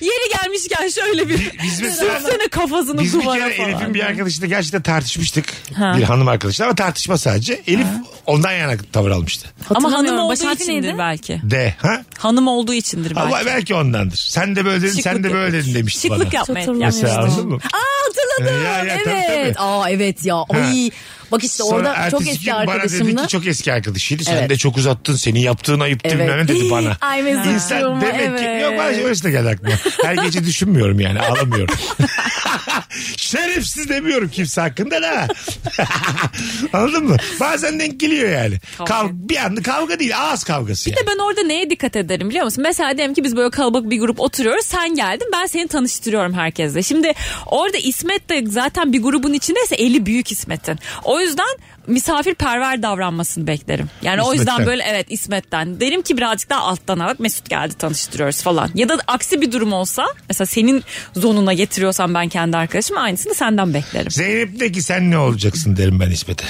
D: Yeri gelmişken şöyle bir
B: biz mesela-
D: sürsene kafasını
B: Biz bir
D: duvara
B: kere
D: falan.
B: Elif'in bir arkadaşıyla gerçekten tartışmıştık.
D: Ha.
B: Bir hanım arkadaşla ama tartışma sadece. Elif ondan yana tavır almıştı.
D: Ama hanım
E: Hatırlamıyorum.
D: olduğu
E: Baş harfi
D: içindir
E: neydi?
D: belki.
B: De ha?
D: Hanım olduğu içindir belki.
B: Ama belki ondandır. Sen de böyle dedin, sen de
D: Şıklık
B: böyle
D: yapıyor.
B: dedin demişti
D: Şıklık
B: bana.
D: yapmaya.
E: Hatırlamıyorum.
B: Mesela
E: yapmıştım.
B: anladın mı?
E: Aa hatırladım.
B: Ya, ya, tabii,
E: evet. Aa evet ya. Ay Bak işte
B: Sonra
E: orada çok
B: ertesi
E: eski
B: gün Bana dedi
E: arkadaşımla.
B: ki çok eski arkadaşıydı. Sen
E: Evet.
B: de çok uzattın. Senin yaptığın ayıp değil mi? Ne dedi bana.
E: Ay Mesut
B: İnsan
E: diyorum,
B: demek
E: evet.
B: ki yok bana öyle de geldi aklıma. Her gece düşünmüyorum yani ağlamıyorum. Şerefsiz demiyorum kimse hakkında da. Anladın mı? Bazen denk geliyor yani. Kav bir anda kavga değil ağız kavgası yani.
D: Bir de ben orada neye dikkat ederim biliyor musun? Mesela diyelim ki biz böyle kalabalık bir grup oturuyoruz. Sen geldin ben seni tanıştırıyorum herkesle. Şimdi orada İsmet de zaten bir grubun içindeyse eli büyük İsmet'in. O yüzden misafirperver davranmasını beklerim. Yani o
B: İsmet'ten.
D: yüzden böyle evet İsmet'ten. Derim ki birazcık daha alttan alarak Mesut geldi tanıştırıyoruz falan. Ya da aksi bir durum olsa mesela senin zonuna getiriyorsam ben kendi arkadaşımı aynısını senden beklerim.
B: Zeynep'teki sen ne olacaksın derim ben İsmet'e.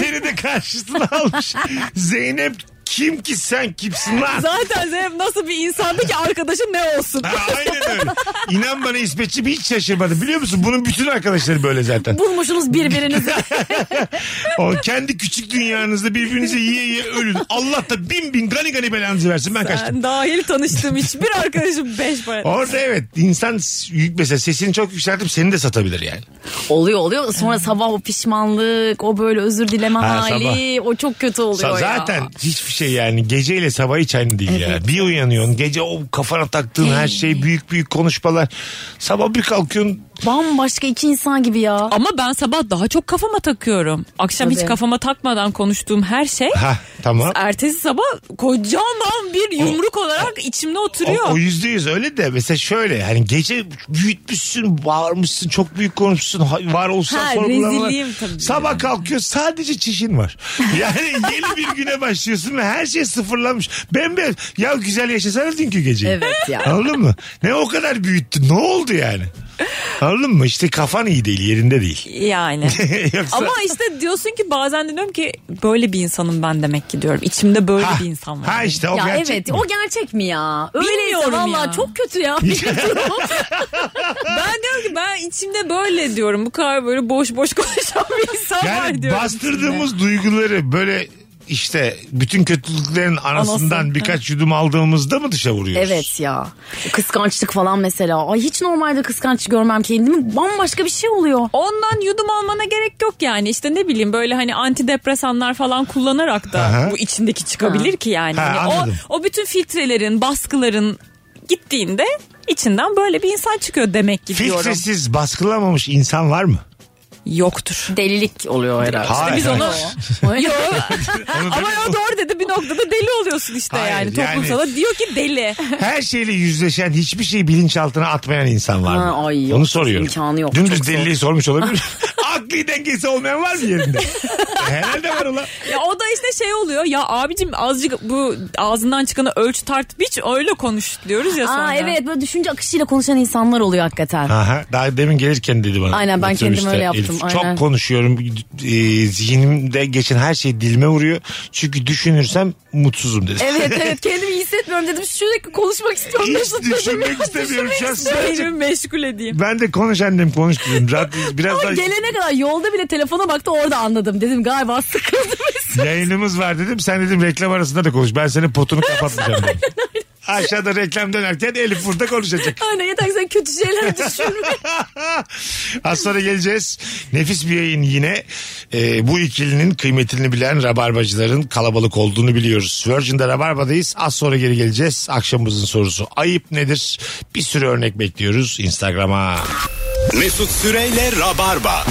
B: Seni de karşısına almış. Zeynep kim ki sen kimsin lan?
D: Zaten Zeynep nasıl bir insandı ki arkadaşın ne olsun?
B: Ha, aynen öyle. İnan bana İsmetçi hiç şaşırmadı. Biliyor musun? Bunun bütün arkadaşları böyle zaten.
E: Bulmuşsunuz birbirinizi.
B: O kendi küçük dünyanızda birbirinize yiye yiye ölün. Allah da bin bin gani gani belanızı versin. Ben kaçtım.
D: Ben dahil tanıştığım hiçbir arkadaşım beş para.
B: Orada evet insan s- yük mesela sesini çok yükseltip seni de satabilir yani.
E: oluyor oluyor. Sonra sabah o pişmanlık, o böyle özür dileme
B: Ha,
E: hali. O çok kötü
B: Sa-
E: oluyor ya.
B: zaten hiçbir şey yani geceyle sabah hiç aynı değil ya. Bir uyanıyorsun gece o kafana taktığın her şey büyük büyük konuşmalar. Sabah bir kalkıyorsun
E: Bambaşka iki insan gibi ya.
D: Ama ben sabah daha çok kafama takıyorum. Akşam hiç
E: Tabii.
D: kafama takmadan konuştuğum her şey
B: ha tamam.
D: ertesi sabah kocaman bir yumruk olarak içimde oturuyor.
B: O, o yüzde yüz öyle de mesela şöyle hani gece büyütmüşsün bağırmışsın çok büyük konuşmuşsun ha- var olsan
D: Ha,
B: sorgulamalar.
D: rezilliğim tabii.
B: Sabah kalkıyor sadece çişin var. Yani yeni bir güne başlıyorsun ve her şey sıfırlanmış. Bembeyaz. Ya güzel yaşasana dünkü gece.
E: Evet ya.
B: Anladın mı? Ne o kadar büyüttü ne oldu yani? Anladın mı? İşte kafan iyi değil yerinde değil.
D: yani.
B: Yoksa-
D: Ama işte diyorsun ki bazen diyorum ki böyle bir insanım ben demek ki diyorum. İçimde böyle
B: Ha,
D: bir insan var.
B: ha işte o
E: ya
B: gerçek
E: evet
B: mi?
E: o gerçek mi ya? Öyleyse
D: Bilmiyorum
E: valla
D: ya.
E: çok kötü ya. Bilmiyorum.
D: Ben diyorum ki ben içimde böyle diyorum. Bu kadar böyle boş boş konuşan bir insan var
B: Yani
D: diyorum.
B: bastırdığımız duyguları böyle işte bütün kötülüklerin anasından
D: Anası,
B: birkaç yudum aldığımızda mı dışa vuruyoruz?
E: evet ya. Kıskançlık falan mesela. Ay hiç normalde kıskanç görmem kendimi. Bambaşka bir şey oluyor.
D: Ondan yudum almana gerek yok yani. İşte ne bileyim böyle hani antidepresanlar falan kullanarak da
B: Aha.
D: bu içindeki çıkabilir ki yani.
B: Ha,
D: Hani
B: anladım.
D: o, o bütün filtrelerin, baskıların gittiğinde içinden böyle bir insan çıkıyor demek ki diyorum.
B: Filtresiz baskılamamış insan var mı?
D: Yoktur.
E: Delilik oluyor herhalde.
B: Hayır.
D: Biz onu... Yo.
B: Onu
D: Ama
B: demek-
D: ya doğru dedi bir noktada deli oluyorsun işte
B: Hayır,
D: yani.
B: yani-
D: Toplumsala diyor ki deli.
B: Her şeyle yüzleşen hiçbir şeyi bilinçaltına atmayan insan var mı?
E: Ha, ay yok.
B: Onu soruyorum.
E: İmkanı yok.
B: Dümdüz
E: Çok zor.
B: deliliği sormuş olabilir. Akli dengesi olmayan var mı yerinde? Herhalde var ulan.
D: Ya o da işte şey oluyor ya abicim azıcık bu ağzından çıkanı ölçü tart biç öyle konuş diyoruz ya sonra.
E: Aa, evet böyle düşünce akışıyla konuşan insanlar oluyor hakikaten.
B: Aha, daha demin gelirken dedi bana.
E: Aynen, ben
B: Otobüste,
E: kendim öyle yaptım,
B: Elif,
E: aynen.
B: Çok konuşuyorum. E, zihnimde geçen her şey dilime vuruyor. Çünkü düşünürsem mutsuzum dedi.
E: Evet evet kendimi iyi hissetmiyorum dedim. Sürekli konuşmak istiyorum. Mesut
B: Hiç
E: dedim.
B: düşünmek istemiyorum şu an. Sadece
D: Beynimi meşgul edeyim.
B: ben de konuş annem konuş dedim. Radyo- Biraz daha
E: Gelene kadar yolda bile telefona baktı orada anladım. Dedim galiba sıkıldı Mesut.
B: yayınımız var dedim. Sen dedim reklam arasında da konuş. Ben senin potunu kapatmayacağım dedim. Aşağıda reklam dönerken Elif burada konuşacak.
E: Aynen yeter ki sen kötü şeyler düşünme.
B: Az sonra geleceğiz. Nefis bir yayın yine. Ee, bu ikilinin kıymetini bilen rabarbacıların kalabalık olduğunu biliyoruz. Virgin'de rabarbadayız. Az sonra geri geleceğiz. Akşamımızın sorusu ayıp nedir? Bir sürü örnek bekliyoruz Instagram'a.
A: Mesut Süreyle Rabarba.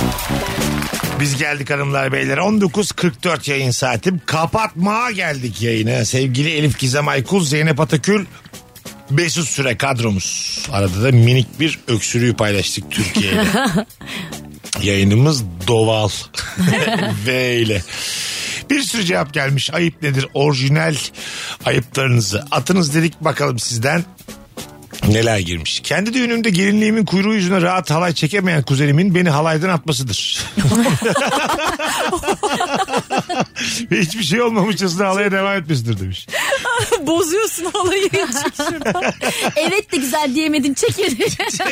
B: Biz geldik hanımlar beyler. 19.44 yayın saatim. Kapatmaya geldik yayını. Sevgili Elif Gizem Aykul, Zeynep Atakül, Mesut Süre kadromuz. Arada da minik bir öksürüğü paylaştık Türkiye'yle. Yayınımız Doval V ile. Bir sürü cevap gelmiş. Ayıp nedir? Orijinal ayıplarınızı atınız dedik bakalım sizden neler girmiş. Kendi düğünümde gelinliğimin kuyruğu yüzüne rahat halay çekemeyen kuzenimin beni halaydan atmasıdır. Ve hiçbir şey olmamışçasına halaya devam etmesidir demiş.
D: Bozuyorsun olayı.
E: evet de güzel diyemedin çekildi.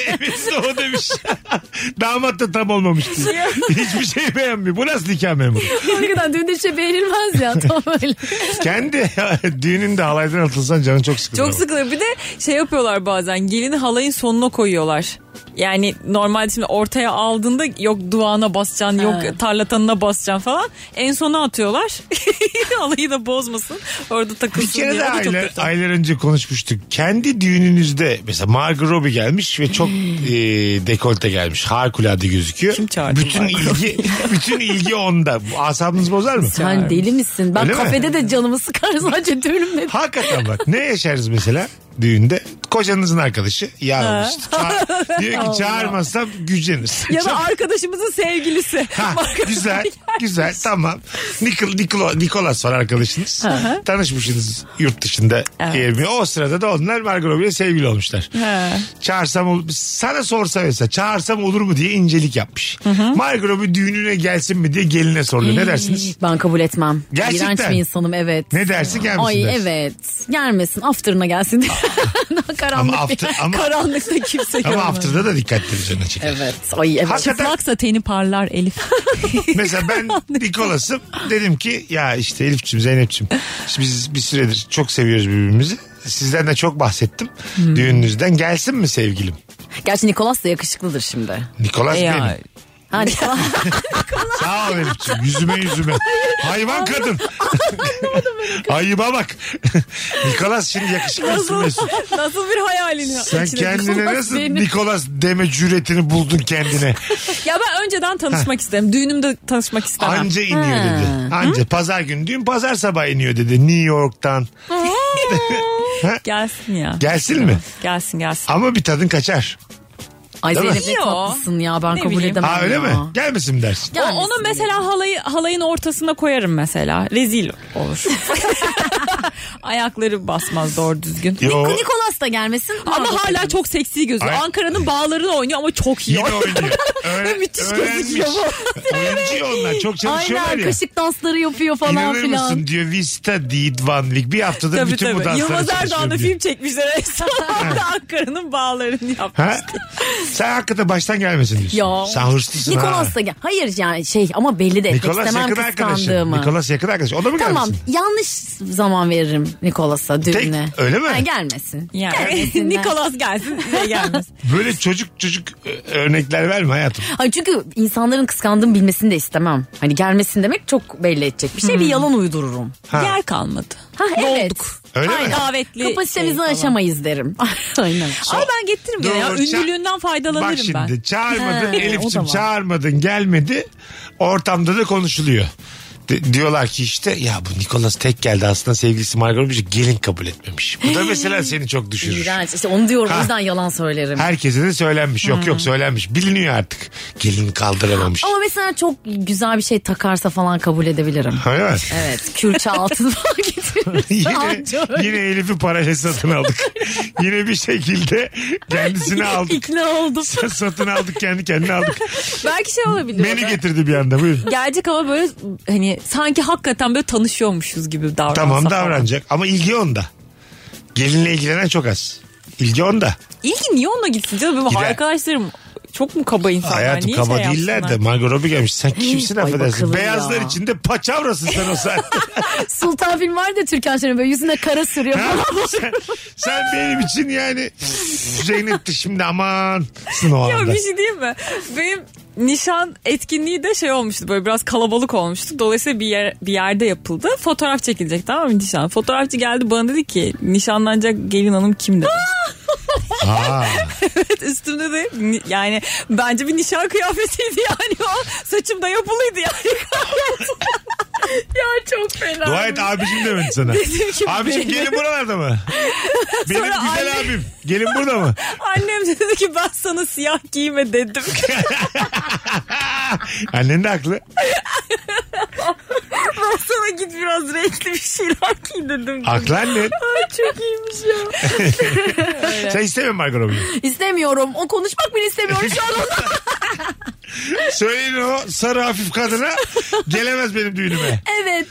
B: Evet de o demiş. Damat da tam olmamış diyor. Hiçbir şey beğenmiyor. Bu nasıl nikah memuru?
E: Hakikaten düğünde şey beğenilmez ya tam öyle.
B: Kendi düğününde halaydan atılsan canın çok sıkılır.
D: Çok sıkılır. Bir de şey yapıyorlar bazen. Gelini halayın sonuna koyuyorlar. Yani normalde şimdi ortaya aldığında yok duana basacaksın, yok tarlatanına basacaksın falan. En sona atıyorlar. Alayı da bozmasın. Orada takılsın
B: Bir kere
D: diye.
B: de
D: O da çok
B: aylar,
D: kötü.
B: aylar önce konuşmuştuk. Kendi düğününüzde mesela Margot Robbie gelmiş ve çok e, dekolte gelmiş. Harikulade gözüküyor.
D: Hmm. Kim çağırdı
B: bütün
D: Margot
B: ilgi bütün ilgi onda. Bu Asabınız bozar mı?
E: Sen deli misin? Ben
B: Öyle mi?
E: kafede de canımı sıkar sadece düğünümde.
B: Hakikaten bak ne yaşarız mesela düğünde? Kocanızın arkadaşı yarılmış. Çağ- diyor ki çağırmazsam gücenir.
D: Ya da arkadaşımızın sevgilisi.
B: Ha,
D: Margot
B: güzel,
D: Robbie.
B: güzel, tamam. Nikol, Nikolo, Nikolas var arkadaşınız. Tanışmışsınız yurt dışında. Ee, O sırada da onlar Margot Robbie'yle sevgili olmuşlar. Çağırsam, ol- sana sorsa mesela çağırsam olur mu diye incelik yapmış. Margot Robbie düğününe gelsin mi diye geline soruyor. Ne dersiniz?
E: Ben kabul etmem.
B: Gerçekten.
E: İğrenç bir insanım evet.
B: Ne dersin gelmesin
E: Ay
B: dersin.
E: evet. Gelmesin. After'ına gelsin. Daha karanlık
B: Ama after-
E: bir-
B: ama-
E: Karanlıkta kimse
B: Ama
E: görmez.
B: after'da da dikkatli üzerine çeker.
E: Evet. Ay evet.
B: Hakikaten-
D: Çıplaksa teni parlar Elif.
B: Mesela ben Nikolas'ım dedim ki ya işte Elif'ciğim Zeynep'ciğim işte biz bir süredir çok seviyoruz birbirimizi. Sizden de çok bahsettim
D: Hmm.
B: düğününüzden. Gelsin mi sevgilim?
E: Gerçi Nikolas da yakışıklıdır şimdi.
B: Nikolas
D: ya,
B: benim.
E: Ha, Nikolas.
B: Sağ ol Elif'ciğim. Yüzüme yüzüme. Hayvan kadın. Ayıba bak. Nikolas şimdi yakışıklısın
D: nasıl,
B: Mesut.
D: nasıl bir hayalin ya?
B: Sen
D: İçine
B: kendine
D: Nikolas
B: nasıl
D: benim.
B: Nikolas deme cüretini buldun kendine.
D: Ya ben önceden tanışmak isterim. Düğünümde tanışmak istemem.
B: Anca iniyor dedi. Anca pazar günü düğün pazar sabah iniyor dedi. New York'tan. Ha?
D: Gelsin ya.
B: Gelsin mi?
D: Gelsin gelsin.
B: Ama bir tadın kaçar.
E: Ay
B: Değil mi?
E: Zeynep ne
D: Yo.
E: tatlısın ya ben
D: Ne
E: kabul
D: bileyim.
E: edemem
B: Ha öyle
E: ya.
B: mi? Gelmesin mi dersin.
D: O,
E: Gelmesin
D: onu mesela halayı, halayın ortasına koyarım mesela. Rezil olur. Ayakları basmaz doğru düzgün.
B: Yo.
E: Nikolas da gelmesin.
D: Ama hala çok seksi gözüküyor.
B: Ay-
D: Ankara'nın bağlarını oynuyor ama çok iyi.
B: Yine oynuyor. Öğren,
D: Müthiş
B: öğrenmiş.
D: gözüküyor
B: Oyuncu onlar. Çok çalışıyorlar
E: Aynen
B: ya.
E: kaşık dansları yapıyor falan
B: İnanır
E: filan.
B: mısın diyor Vista did Van Wick. Bir haftada
D: Tabii
B: bütün bu
D: tabii.
B: danslara
D: Yılmaz
B: çalışıyorum
D: Erdoğan'da
B: diyor.
D: film çekmişler. en son. Ankara'nın bağlarını
B: Ha?
D: yapmıştı.
B: Sen hakikaten baştan gelmesin diyorsun.
E: Ya.
B: Sen hırslısın ha.
E: Nikolas da gel. Hayır yani şey ama belli de etmek
B: Nikolas
E: istemem
B: yakın arkadaşın.
E: kıskandığımı.
B: Nikolas yakın arkadaş. O da mı
E: Tamam
B: gelmesin?
E: yanlış zaman veririm Nikolas'a düğüne.
B: öyle mi?
E: Ha, gelmesin.
D: Yani
E: Gelmesin.
D: Nikolas gelsin size gelmez.
B: Böyle çocuk çocuk e, örnekler verme hayatım.
E: Ay çünkü insanların kıskandığımı bilmesini de istemem. Hani gelmesin demek çok belli edecek bir
D: Hmm.
E: şey. Bir yalan uydururum.
B: Ha.
D: Yer kalmadı.
E: Ha evet.
B: Öyle mi?
D: Davetli.
E: Kapasitemizi
D: şey falan.
E: aşamayız derim. Aynen.
D: Ama ben getiririm gene ya.
B: Doğru, ça-
D: Ünlülüğünden faydalanırım
B: Bak şimdi
D: ben.
B: çağırmadın
D: He,
B: Elif'ciğim
D: o da var.
B: çağırmadın gelmedi. Ortamda da konuşuluyor. De- diyorlar ki işte ya bu Nikolas tek geldi aslında sevgilisi Margot Robbie gelin kabul etmemiş. Bu da mesela seni çok düşürür.
E: İğrenç. İşte onu diyorum
B: Ha.
E: o yüzden yalan söylerim.
B: Herkese de söylenmiş. Yok
D: Hmm.
B: yok söylenmiş. Biliniyor artık. Gelin kaldıramamış.
E: Ama mesela çok güzel bir şey takarsa falan kabul edebilirim.
B: Öyle mi?
E: Evet. Külçe altın falan
B: yine,
E: getirirse
B: yine Elif'i parayla satın aldık. yine bir şekilde kendisini aldık.
E: İkna oldum.
B: satın aldık kendi kendine aldık.
D: Belki şey olabilir.
B: Menü getirdi bir anda buyurun.
D: Gelecek ama böyle hani sanki hakikaten böyle tanışıyormuşuz gibi davransa.
B: Tamam
D: falan.
B: davranacak ama ilgi onda. Gelinle ilgilenen çok az. İlgi onda.
D: İlgi niye onunla gitsin canım? Benim
B: Gider.
D: arkadaşlarım çok mu kaba insanlar?
B: Hayatım
D: niye
B: kaba
D: şey
B: değiller de
D: yapsınlar?
B: Margot Robbie gelmiş. Sen kimsin
E: Ay,
B: affedersin.
E: bakılır
B: Beyazlar
E: ya.
B: içinde paçavrasın sen o saatte.
E: Sultan film var da Türkan Şoray böyle yüzüne kara sürüyor
B: Ha?
E: falan.
B: sen, sen benim için yani Zeynep'ti şimdi aman o
D: Ya
B: anda.
D: bir şey diyeyim mi? Benim nişan etkinliği de şey olmuştu böyle biraz kalabalık olmuştu. Dolayısıyla bir yer bir yerde yapıldı. Fotoğraf çekilecek tamam mı nişan? Fotoğrafçı geldi bana dedi ki nişanlanacak gelin hanım kim dedi.
B: Aa,
D: Üstümde de ni- yani bence bir nişan kıyafetiydi yani o saçımda yapılıydı yani. ya çok fena.
B: dua et abicim demedi sana.
D: Dedim ki
B: abicim
D: benim-
B: gelin buralarda mı? Benim
D: Sonra
B: güzel
D: anne-
B: abim. Gelin burada mı?
D: Annem dedi ki ben sana siyah giyme dedim.
B: Annen de haklı.
D: ben sana git biraz renkli bir şeyler giy dedim.
B: Haklı annen.
D: Ay çok iyiymiş ya.
B: Sen istemiyor musun Margot Robbie'yi?
E: İstemiyorum. O konuşmak bile istemiyorum şu an onunla.
B: Söyleyin o sarı hafif kadına gelemez benim düğünüme.
E: Evet.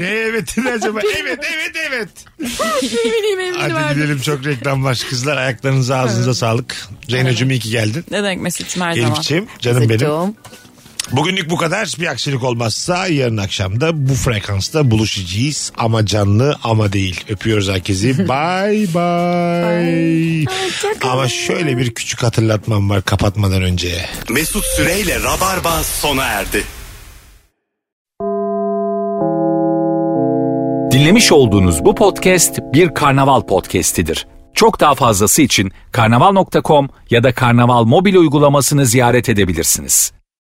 B: ne evet dedi acaba? Evet evet evet.
E: Eminim eminim
B: Hadi
E: verdim.
B: gidelim çok reklam var. Kızlar ayaklarınıza ağzınıza sağlık. Zeynacığım iyi ki geldin.
D: Ne demek Mesut'cum her zaman.
B: Elif'ciğim canım benim. Bugünlük bu kadar. Bir aksilik olmazsa yarın akşam da bu frekansta buluşacağız. Ama canlı ama değil. Öpüyoruz herkesi. Bay bay. Ama şöyle bir küçük hatırlatmam var kapatmadan önce.
A: Mesut Süreyle Rabarba sona erdi.
G: Dinlemiş olduğunuz bu podcast bir karnaval podcastidir. Çok daha fazlası için karnaval.com ya da karnaval mobil uygulamasını ziyaret edebilirsiniz.